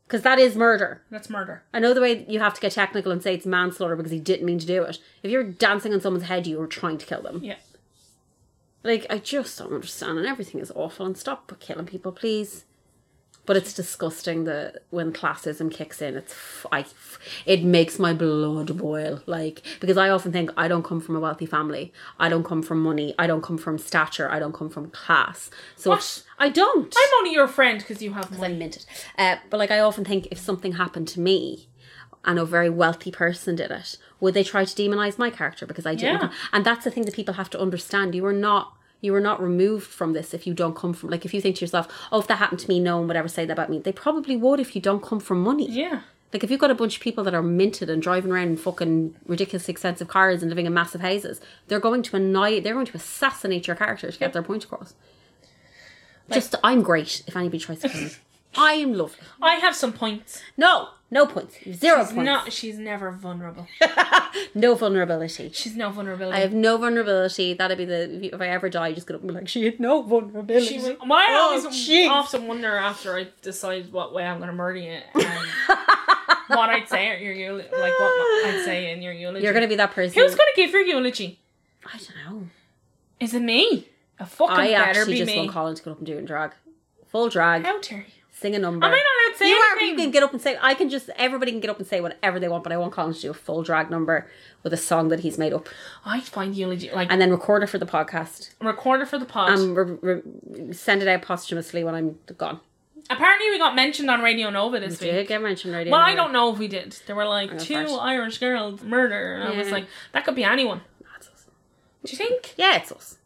Speaker 2: Because that is murder.
Speaker 1: that's murder.
Speaker 2: I know the way you have to get technical and say it's manslaughter because he didn't mean to do it. If you're dancing on someone's head, you were trying to kill them.
Speaker 1: Yeah.
Speaker 2: Like, I just don't understand, and everything is awful. And stop killing people, please. But it's disgusting that when classism kicks in, it's f- I, f- it makes my blood boil. Like because I often think I don't come from a wealthy family, I don't come from money, I don't come from stature, I don't come from class. So
Speaker 1: What?
Speaker 2: I don't.
Speaker 1: I'm only your friend because you have money.
Speaker 2: I'm minted. Uh, but like I often think if something happened to me and a very wealthy person did it, would they try to demonize my character because I didn't?
Speaker 1: Yeah.
Speaker 2: And that's the thing that people have to understand. You are not you are not removed from this if you don't come from like if you think to yourself, oh, if that happened to me, no one would ever say that about me. They probably would if you don't come from money.
Speaker 1: Yeah.
Speaker 2: Like if you've got a bunch of people that are minted and driving around in fucking ridiculously expensive cars and living in massive houses, they're going to annoy they're going to assassinate your character to get their point across. Just I'm great if anybody tries to kill me. I am lovely.
Speaker 1: I have some points.
Speaker 2: No, no points. Zero
Speaker 1: She's
Speaker 2: points.
Speaker 1: not. She's never vulnerable.
Speaker 2: no vulnerability.
Speaker 1: She's no vulnerability.
Speaker 2: I have no vulnerability. That'd be the if I ever die, just gonna be like she had no vulnerability.
Speaker 1: She was, well, I
Speaker 2: Oh,
Speaker 1: always
Speaker 2: jeez.
Speaker 1: often wonder after I decide what way I'm going to murder you, and what I'd say at your eulogy, like what I'd say in your eulogy.
Speaker 2: You're gonna be that person.
Speaker 1: Who's going to give your eulogy?
Speaker 2: I don't know.
Speaker 1: Is it me? A fucking
Speaker 2: I
Speaker 1: better
Speaker 2: actually
Speaker 1: be
Speaker 2: just
Speaker 1: me.
Speaker 2: want Colin to get up and do it in drag, full drag,
Speaker 1: How dare you?
Speaker 2: sing a number.
Speaker 1: Am I not allowed to say
Speaker 2: you are. You
Speaker 1: anything?
Speaker 2: can get up and say. I can just. Everybody can get up and say whatever they want, but I want Colin to do a full drag number with a song that he's made up,
Speaker 1: I find eulogy like
Speaker 2: and then record it for the podcast
Speaker 1: record it for the pod.
Speaker 2: and re- re- send it out posthumously when I'm gone.
Speaker 1: Apparently, we got mentioned on Radio Nova this
Speaker 2: Did
Speaker 1: week.
Speaker 2: it get mentioned right
Speaker 1: Well, I don't know if we did. There were like two
Speaker 2: first.
Speaker 1: Irish girls murder, and I was
Speaker 2: Yeah.
Speaker 1: like, that could be anyone.
Speaker 2: That's us.
Speaker 1: Do you think?
Speaker 2: Yeah, it's us.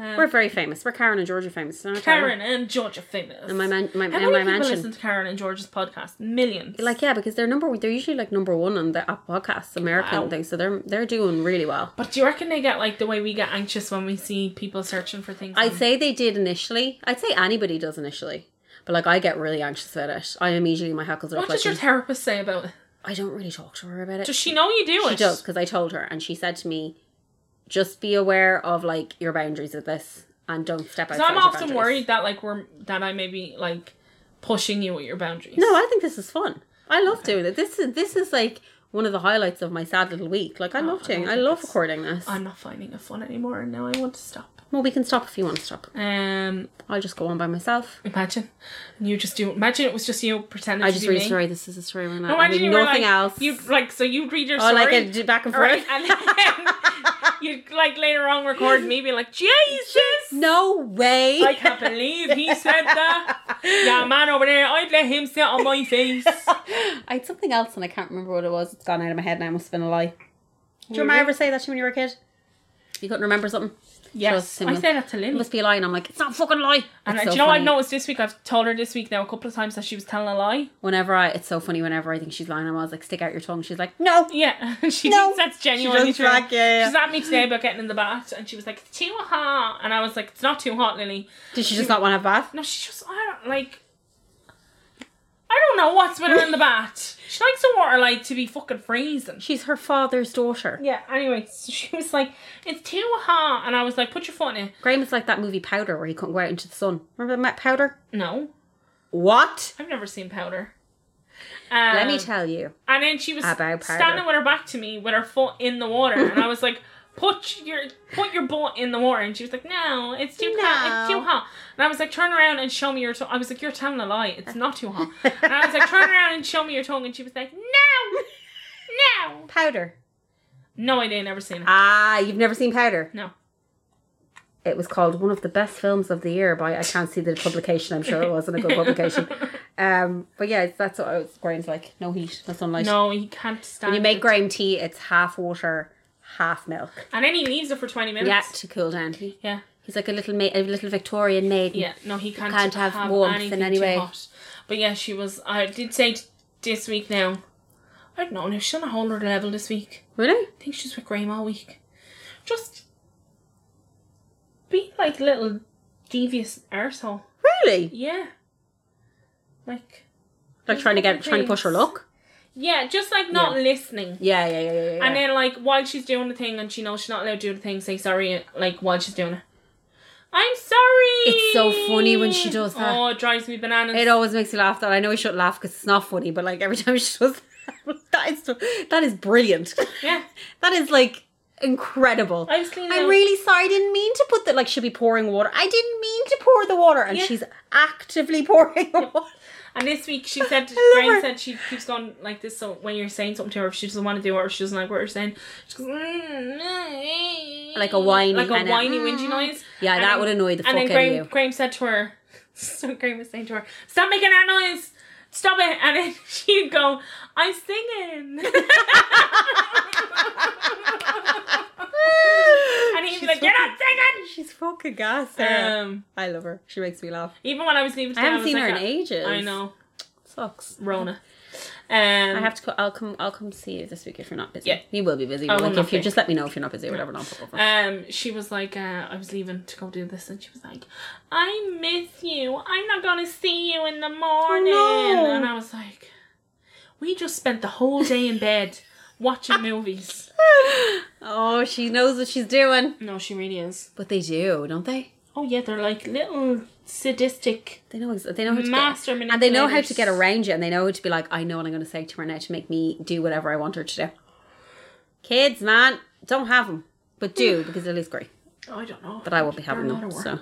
Speaker 1: Um,
Speaker 2: We're very famous. We're Karen and Georgia famous. Don't I tell you?
Speaker 1: Karen and Georgia famous.
Speaker 2: And my man, my, and
Speaker 1: How many
Speaker 2: my
Speaker 1: people
Speaker 2: mansion.
Speaker 1: listen to Karen and George's podcast? Millions.
Speaker 2: Like yeah, because they're number. They're usually like number one on the app podcasts, American
Speaker 1: Wow.
Speaker 2: thing. So they're they're doing really well.
Speaker 1: but do you reckon they get like the way we get anxious when we see people searching for things?
Speaker 2: I'd
Speaker 1: on-
Speaker 2: say they did initially. I'd say anybody does initially. But like I get really anxious about it. I immediately my hackles are
Speaker 1: What
Speaker 2: up. Like,
Speaker 1: does your therapist say about it?
Speaker 2: I don't really talk to her about it.
Speaker 1: Does she know you do
Speaker 2: she
Speaker 1: it?
Speaker 2: does because I told her, and she said to me, "Just be aware of like your boundaries with this, and don't step
Speaker 1: So
Speaker 2: outside."
Speaker 1: I'm
Speaker 2: your
Speaker 1: often
Speaker 2: boundaries."
Speaker 1: worried that like we're that I may be like pushing you at your boundaries.
Speaker 2: No, I think this is fun. I love doing it. This is this is like one of the highlights of my sad little week.
Speaker 1: Oh,
Speaker 2: Like I love doing. I, love recording this.
Speaker 1: I'm not finding it fun anymore, and now I want to stop.
Speaker 2: well, we can stop if you want to stop.
Speaker 1: Um,
Speaker 2: I'll just go on by myself.
Speaker 1: imagine you just do. Imagine it was just you pretending.
Speaker 2: I
Speaker 1: to
Speaker 2: just
Speaker 1: be
Speaker 2: read a
Speaker 1: me.
Speaker 2: story. This is a story. We're not,
Speaker 1: No,
Speaker 2: I
Speaker 1: imagine
Speaker 2: read
Speaker 1: you were
Speaker 2: nothing
Speaker 1: like,
Speaker 2: else.
Speaker 1: You like so you read your
Speaker 2: oh,
Speaker 1: story.
Speaker 2: like a d- back and forth.
Speaker 1: Right, and then you'd like later on record me being like, Jesus!
Speaker 2: No way.
Speaker 1: I can't believe he said that. Yeah, man over there, I'd let him sit on my face. Do
Speaker 2: I had something else and I can't remember what it was. It's gone out of my head now. It must have been a lie. Do you
Speaker 1: Really?
Speaker 2: remember ever say that to me when you were a kid? You couldn't remember something?
Speaker 1: Yes,
Speaker 2: Trust him.
Speaker 1: I say that to Lily.
Speaker 2: It must be a lie. And I'm like, it's not a fucking lie.
Speaker 1: and
Speaker 2: It's so
Speaker 1: I, do you know what I've
Speaker 2: funny.
Speaker 1: noticed this week? I've told her this week now a couple of times that she was telling a lie.
Speaker 2: Whenever I, it's so funny whenever I think she's lying, I'm always like, stick out your tongue. She's like, no.
Speaker 1: Yeah, she
Speaker 2: No.
Speaker 1: thinks that's genuinely
Speaker 2: does
Speaker 1: true.
Speaker 2: like, yeah, yeah.
Speaker 1: She's at me today about getting in the bath, and she was like, "It's too hot," and I was like, "It's not too hot, Lily."
Speaker 2: Did she just not want to have a bath?
Speaker 1: No, she's just I don't like. I don't know what's with her in the bath. She likes the water like to be fucking freezing.
Speaker 2: She's her father's daughter.
Speaker 1: Yeah. Anyway, so she was like, "It's too hot," and I was like, "Put your foot in." it."
Speaker 2: Graham is like that movie Powder where he couldn't go out into the sun. Remember that Matt Powder?
Speaker 1: No,
Speaker 2: What?
Speaker 1: I've never seen powder. Um,
Speaker 2: Let me tell you.
Speaker 1: And then she was
Speaker 2: About powder.
Speaker 1: standing with her back to me with her foot in the water, and I was like, "Put your put your butt in the water," and she was like, "No, it's too hot. It's
Speaker 2: No.
Speaker 1: too hot." And I was like, "Turn around and show me your." tongue. I was like, "You're telling a lie. It's not too hot." And I was like, "Turn around and show me your tongue," and she was like, "No, no,
Speaker 2: Powder.
Speaker 1: no idea. Never seen it.
Speaker 2: Ah, you've never seen Powder?
Speaker 1: No,
Speaker 2: It was called one of the best films of the year by I can't see the publication. I'm sure it wasn't a good publication. Um, but yeah, that's what I was, Graham's like. No heat, no sunlight.
Speaker 1: no, he can't stand.
Speaker 2: When you make
Speaker 1: it.
Speaker 2: Graham tea, it's half water, half milk.
Speaker 1: and then he leaves it for twenty minutes.
Speaker 2: Yeah, to cool down. He-
Speaker 1: yeah.
Speaker 2: He's like a little ma- a little Victorian maiden.
Speaker 1: Yeah, no, he can't,
Speaker 2: can't
Speaker 1: have,
Speaker 2: have warmth in
Speaker 1: anything
Speaker 2: any
Speaker 1: too
Speaker 2: way.
Speaker 1: hot. But yeah, she was. I did say t- this week now. I don't know. Now she's on a whole other level this week.
Speaker 2: Really?
Speaker 1: I think she's with Graham all week. Just be like a little devious arsehole.
Speaker 2: Really?
Speaker 1: Yeah. Like
Speaker 2: Like trying to get trying to push her luck.
Speaker 1: yeah, just like not
Speaker 2: Yeah.
Speaker 1: listening.
Speaker 2: Yeah, yeah, yeah, yeah. yeah, yeah.
Speaker 1: And then like while she's doing the thing and she knows she's not allowed to do the thing, say sorry like while she's doing it. I'm sorry.
Speaker 2: It's so funny when she does that.
Speaker 1: Oh, it drives me bananas.
Speaker 2: It always makes me laugh. That I know he shouldn't laugh because it's not funny, but like every time she does that, that is that is brilliant.
Speaker 1: Yeah.
Speaker 2: that is like incredible.
Speaker 1: I was cleaning
Speaker 2: I'm
Speaker 1: out-
Speaker 2: really sorry. I didn't mean to put that. Like she'll be pouring water. I didn't mean to pour the water, and
Speaker 1: Yeah.
Speaker 2: she's actively pouring the water.
Speaker 1: And this week she said,
Speaker 2: I love
Speaker 1: Grain
Speaker 2: her.
Speaker 1: said she keeps going like this. So when you're saying something to her, if she doesn't want to do it or she doesn't like what you're saying, she goes "Mm, mm,
Speaker 2: Like a whiny
Speaker 1: like a
Speaker 2: kinda,
Speaker 1: whiny
Speaker 2: "Mm,
Speaker 1: whingy noise.
Speaker 2: Yeah,
Speaker 1: And
Speaker 2: that
Speaker 1: then-
Speaker 2: would annoy the
Speaker 1: And then
Speaker 2: fuck out of
Speaker 1: Graham,
Speaker 2: you.
Speaker 1: Graham said to her, so Graham was saying to her, "Stop making that noise, stop it." And then she'd go, "I'm singing." "Ah!" and he'd be
Speaker 2: She's
Speaker 1: like, "You're not
Speaker 2: fucking-
Speaker 1: singing."
Speaker 2: She's fucking gas. Sarah.
Speaker 1: Um,
Speaker 2: I love her. She makes me laugh.
Speaker 1: even when I was leaving,
Speaker 2: I
Speaker 1: today,
Speaker 2: haven't
Speaker 1: was
Speaker 2: seen
Speaker 1: like,
Speaker 2: her in
Speaker 1: "I-
Speaker 2: ages.
Speaker 1: I know,
Speaker 2: Sucks.
Speaker 1: Rona. Um,
Speaker 2: I have to. Co- I'll come. I'll come see you this week if you're not busy.
Speaker 1: Yeah.
Speaker 2: you will be busy.
Speaker 1: I
Speaker 2: But
Speaker 1: will
Speaker 2: like
Speaker 1: not
Speaker 2: if you
Speaker 1: be.
Speaker 2: just let me know if you're not busy or whatever. and I'll put over.
Speaker 1: Um, she was like, uh, I was leaving to go do this, and she was like, I miss you. I'm not gonna see you in the morning.
Speaker 2: no.
Speaker 1: And I was like, we just spent the whole day in bed watching movies.
Speaker 2: oh, she knows what she's doing.
Speaker 1: No, she really is.
Speaker 2: But they do, don't they?
Speaker 1: Oh yeah, they're like little sadistic.
Speaker 2: They know. ex- They know how to
Speaker 1: Master
Speaker 2: get, and they know how to
Speaker 1: manipulators.
Speaker 2: get around you, and they know how to be like, I know what I'm going to say to her now to make me do whatever I want her to do. Kids, man, don't have them, but do because they'll lose great.
Speaker 1: Oh, I don't know.
Speaker 2: But I won't be having
Speaker 1: They're
Speaker 2: them.
Speaker 1: not a word.
Speaker 2: So.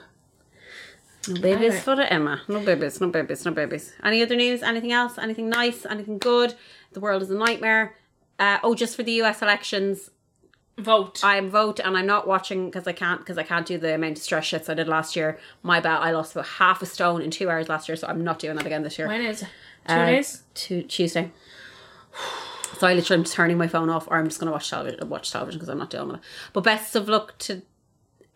Speaker 2: No babies
Speaker 1: Alright.
Speaker 2: for the Emma. No babies. No babies. No babies. Any other news? Anything else? Anything nice? Anything good? The world is a nightmare. Uh, oh, just for the U.S. elections,
Speaker 1: Vote.
Speaker 2: I am vote and I'm not watching because I can't because I can't do the amount of stress shits I did last year. My bad, I lost about half a stone in two hours last year, so I'm not doing that again this year.
Speaker 1: when is it? Two
Speaker 2: Uh,
Speaker 1: days.
Speaker 2: Tu- Tuesday. So I literally am turning my phone off, or I'm just going to watch television. Watch television because I'm not dealing with it. But best of luck to.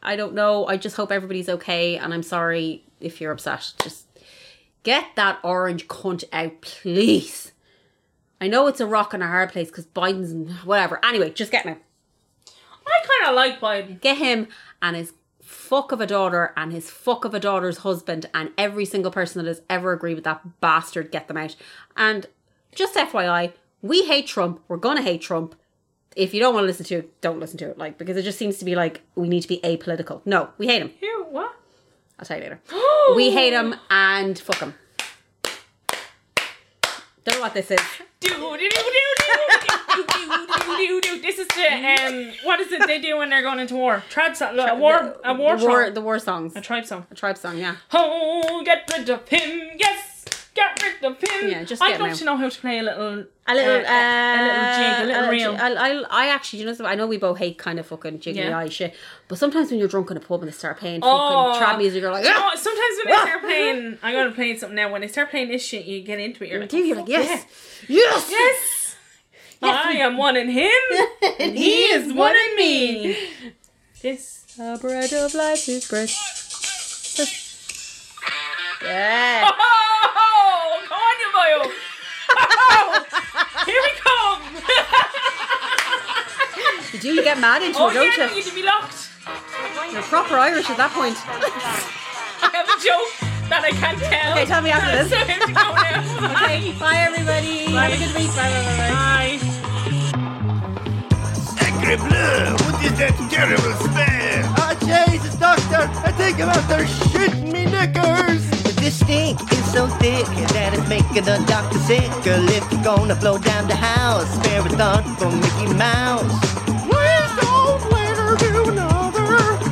Speaker 2: I don't know. I just hope everybody's okay, and I'm sorry if you're upset. Just get that orange cunt out, please. I know it's a rock and a hard place because Biden's whatever. Anyway, just get him. out.
Speaker 1: I kind of like Biden.
Speaker 2: Get him and his fuck of a daughter and his fuck of a daughter's husband and every single person that has ever agreed with that bastard, get them out. And just FYI, we hate Trump. We're gonna hate Trump. If you don't want to listen to it, don't listen to it. Like because it just seems to be like we need to be apolitical. No, we hate him.
Speaker 1: Who? What?
Speaker 2: I'll tell you later. we hate him and fuck him. Don't know what this is.
Speaker 1: do do do do do do do do do. This is the um. What is it they do when they're going into war? Trad song, a war, a war,
Speaker 2: the war,
Speaker 1: song.
Speaker 2: the war songs,
Speaker 1: a tribe song.
Speaker 2: a tribe song. Yeah.
Speaker 1: Oh, get rid of him! Yes, get rid of him!
Speaker 2: Yeah, just
Speaker 1: I'd
Speaker 2: get him
Speaker 1: love
Speaker 2: out.
Speaker 1: to know how to play a little,
Speaker 2: A little, uh,
Speaker 1: a little jig, a little reel.
Speaker 2: jig. I, I, I actually, you know, something, I know we both hate kind of fucking jiggly
Speaker 1: Yeah.
Speaker 2: eye shit, but sometimes when you're drunk in a pub and they start playing
Speaker 1: Oh.
Speaker 2: fucking trap music, you're like,
Speaker 1: You know
Speaker 2: "Ah!"
Speaker 1: what, sometimes when they start playing, I'm gonna play something now. When they start playing this shit, you get into it. You're like, "Oh,
Speaker 2: dude, you're like,
Speaker 1: "Fuck
Speaker 2: yes, yes,
Speaker 1: yeah. yes, I am one in him, and he is one in me. This.
Speaker 2: The bread of life is bread. Yeah.
Speaker 1: Oh, come on, you boy. Oh, here we come.
Speaker 2: You do get mad into
Speaker 1: oh,
Speaker 2: it, don't
Speaker 1: yeah, you
Speaker 2: you?
Speaker 1: need to be locked.
Speaker 2: You're proper Irish at that point.
Speaker 1: I have a joke er that I can't tell.
Speaker 2: Okay, er tell me after this.
Speaker 1: So er I have to go now.
Speaker 2: Okay, bye everybody. Have a good week. Bye bye bye. bye.
Speaker 1: Bye.
Speaker 4: Sacre bleu! What is that terrible smell?
Speaker 5: Ah, Jesus, doctor! I think I'm out there shitting me knickers! This stink is so thick that it's making the doctor sick. If you're gonna blow down the house, spare a thought for Mickey Mouse. Please don't let her do another.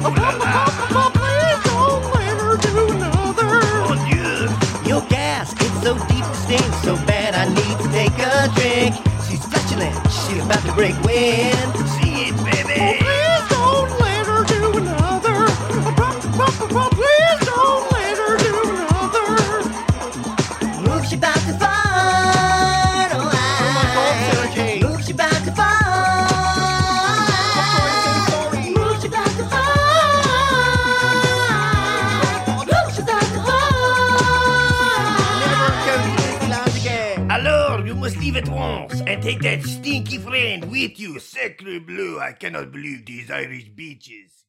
Speaker 5: Oh, papa, papa, papa, please don't let her do another.
Speaker 4: Mon Dieu!
Speaker 5: Your gas, it's so deep it stinks so bad I need to take a drink. She's flatulent, she's about to break wind.
Speaker 4: See it, baby!
Speaker 5: Oh, Please don't let her do another. Please don't let her do another. Move she back to fight. Oh, my God, Move she back to fight. Move she back to fight. Move she back to fight.
Speaker 4: Alors, you must leave at once and take that stinky friend with you. Sacre bleu! I cannot believe these Irish beaches.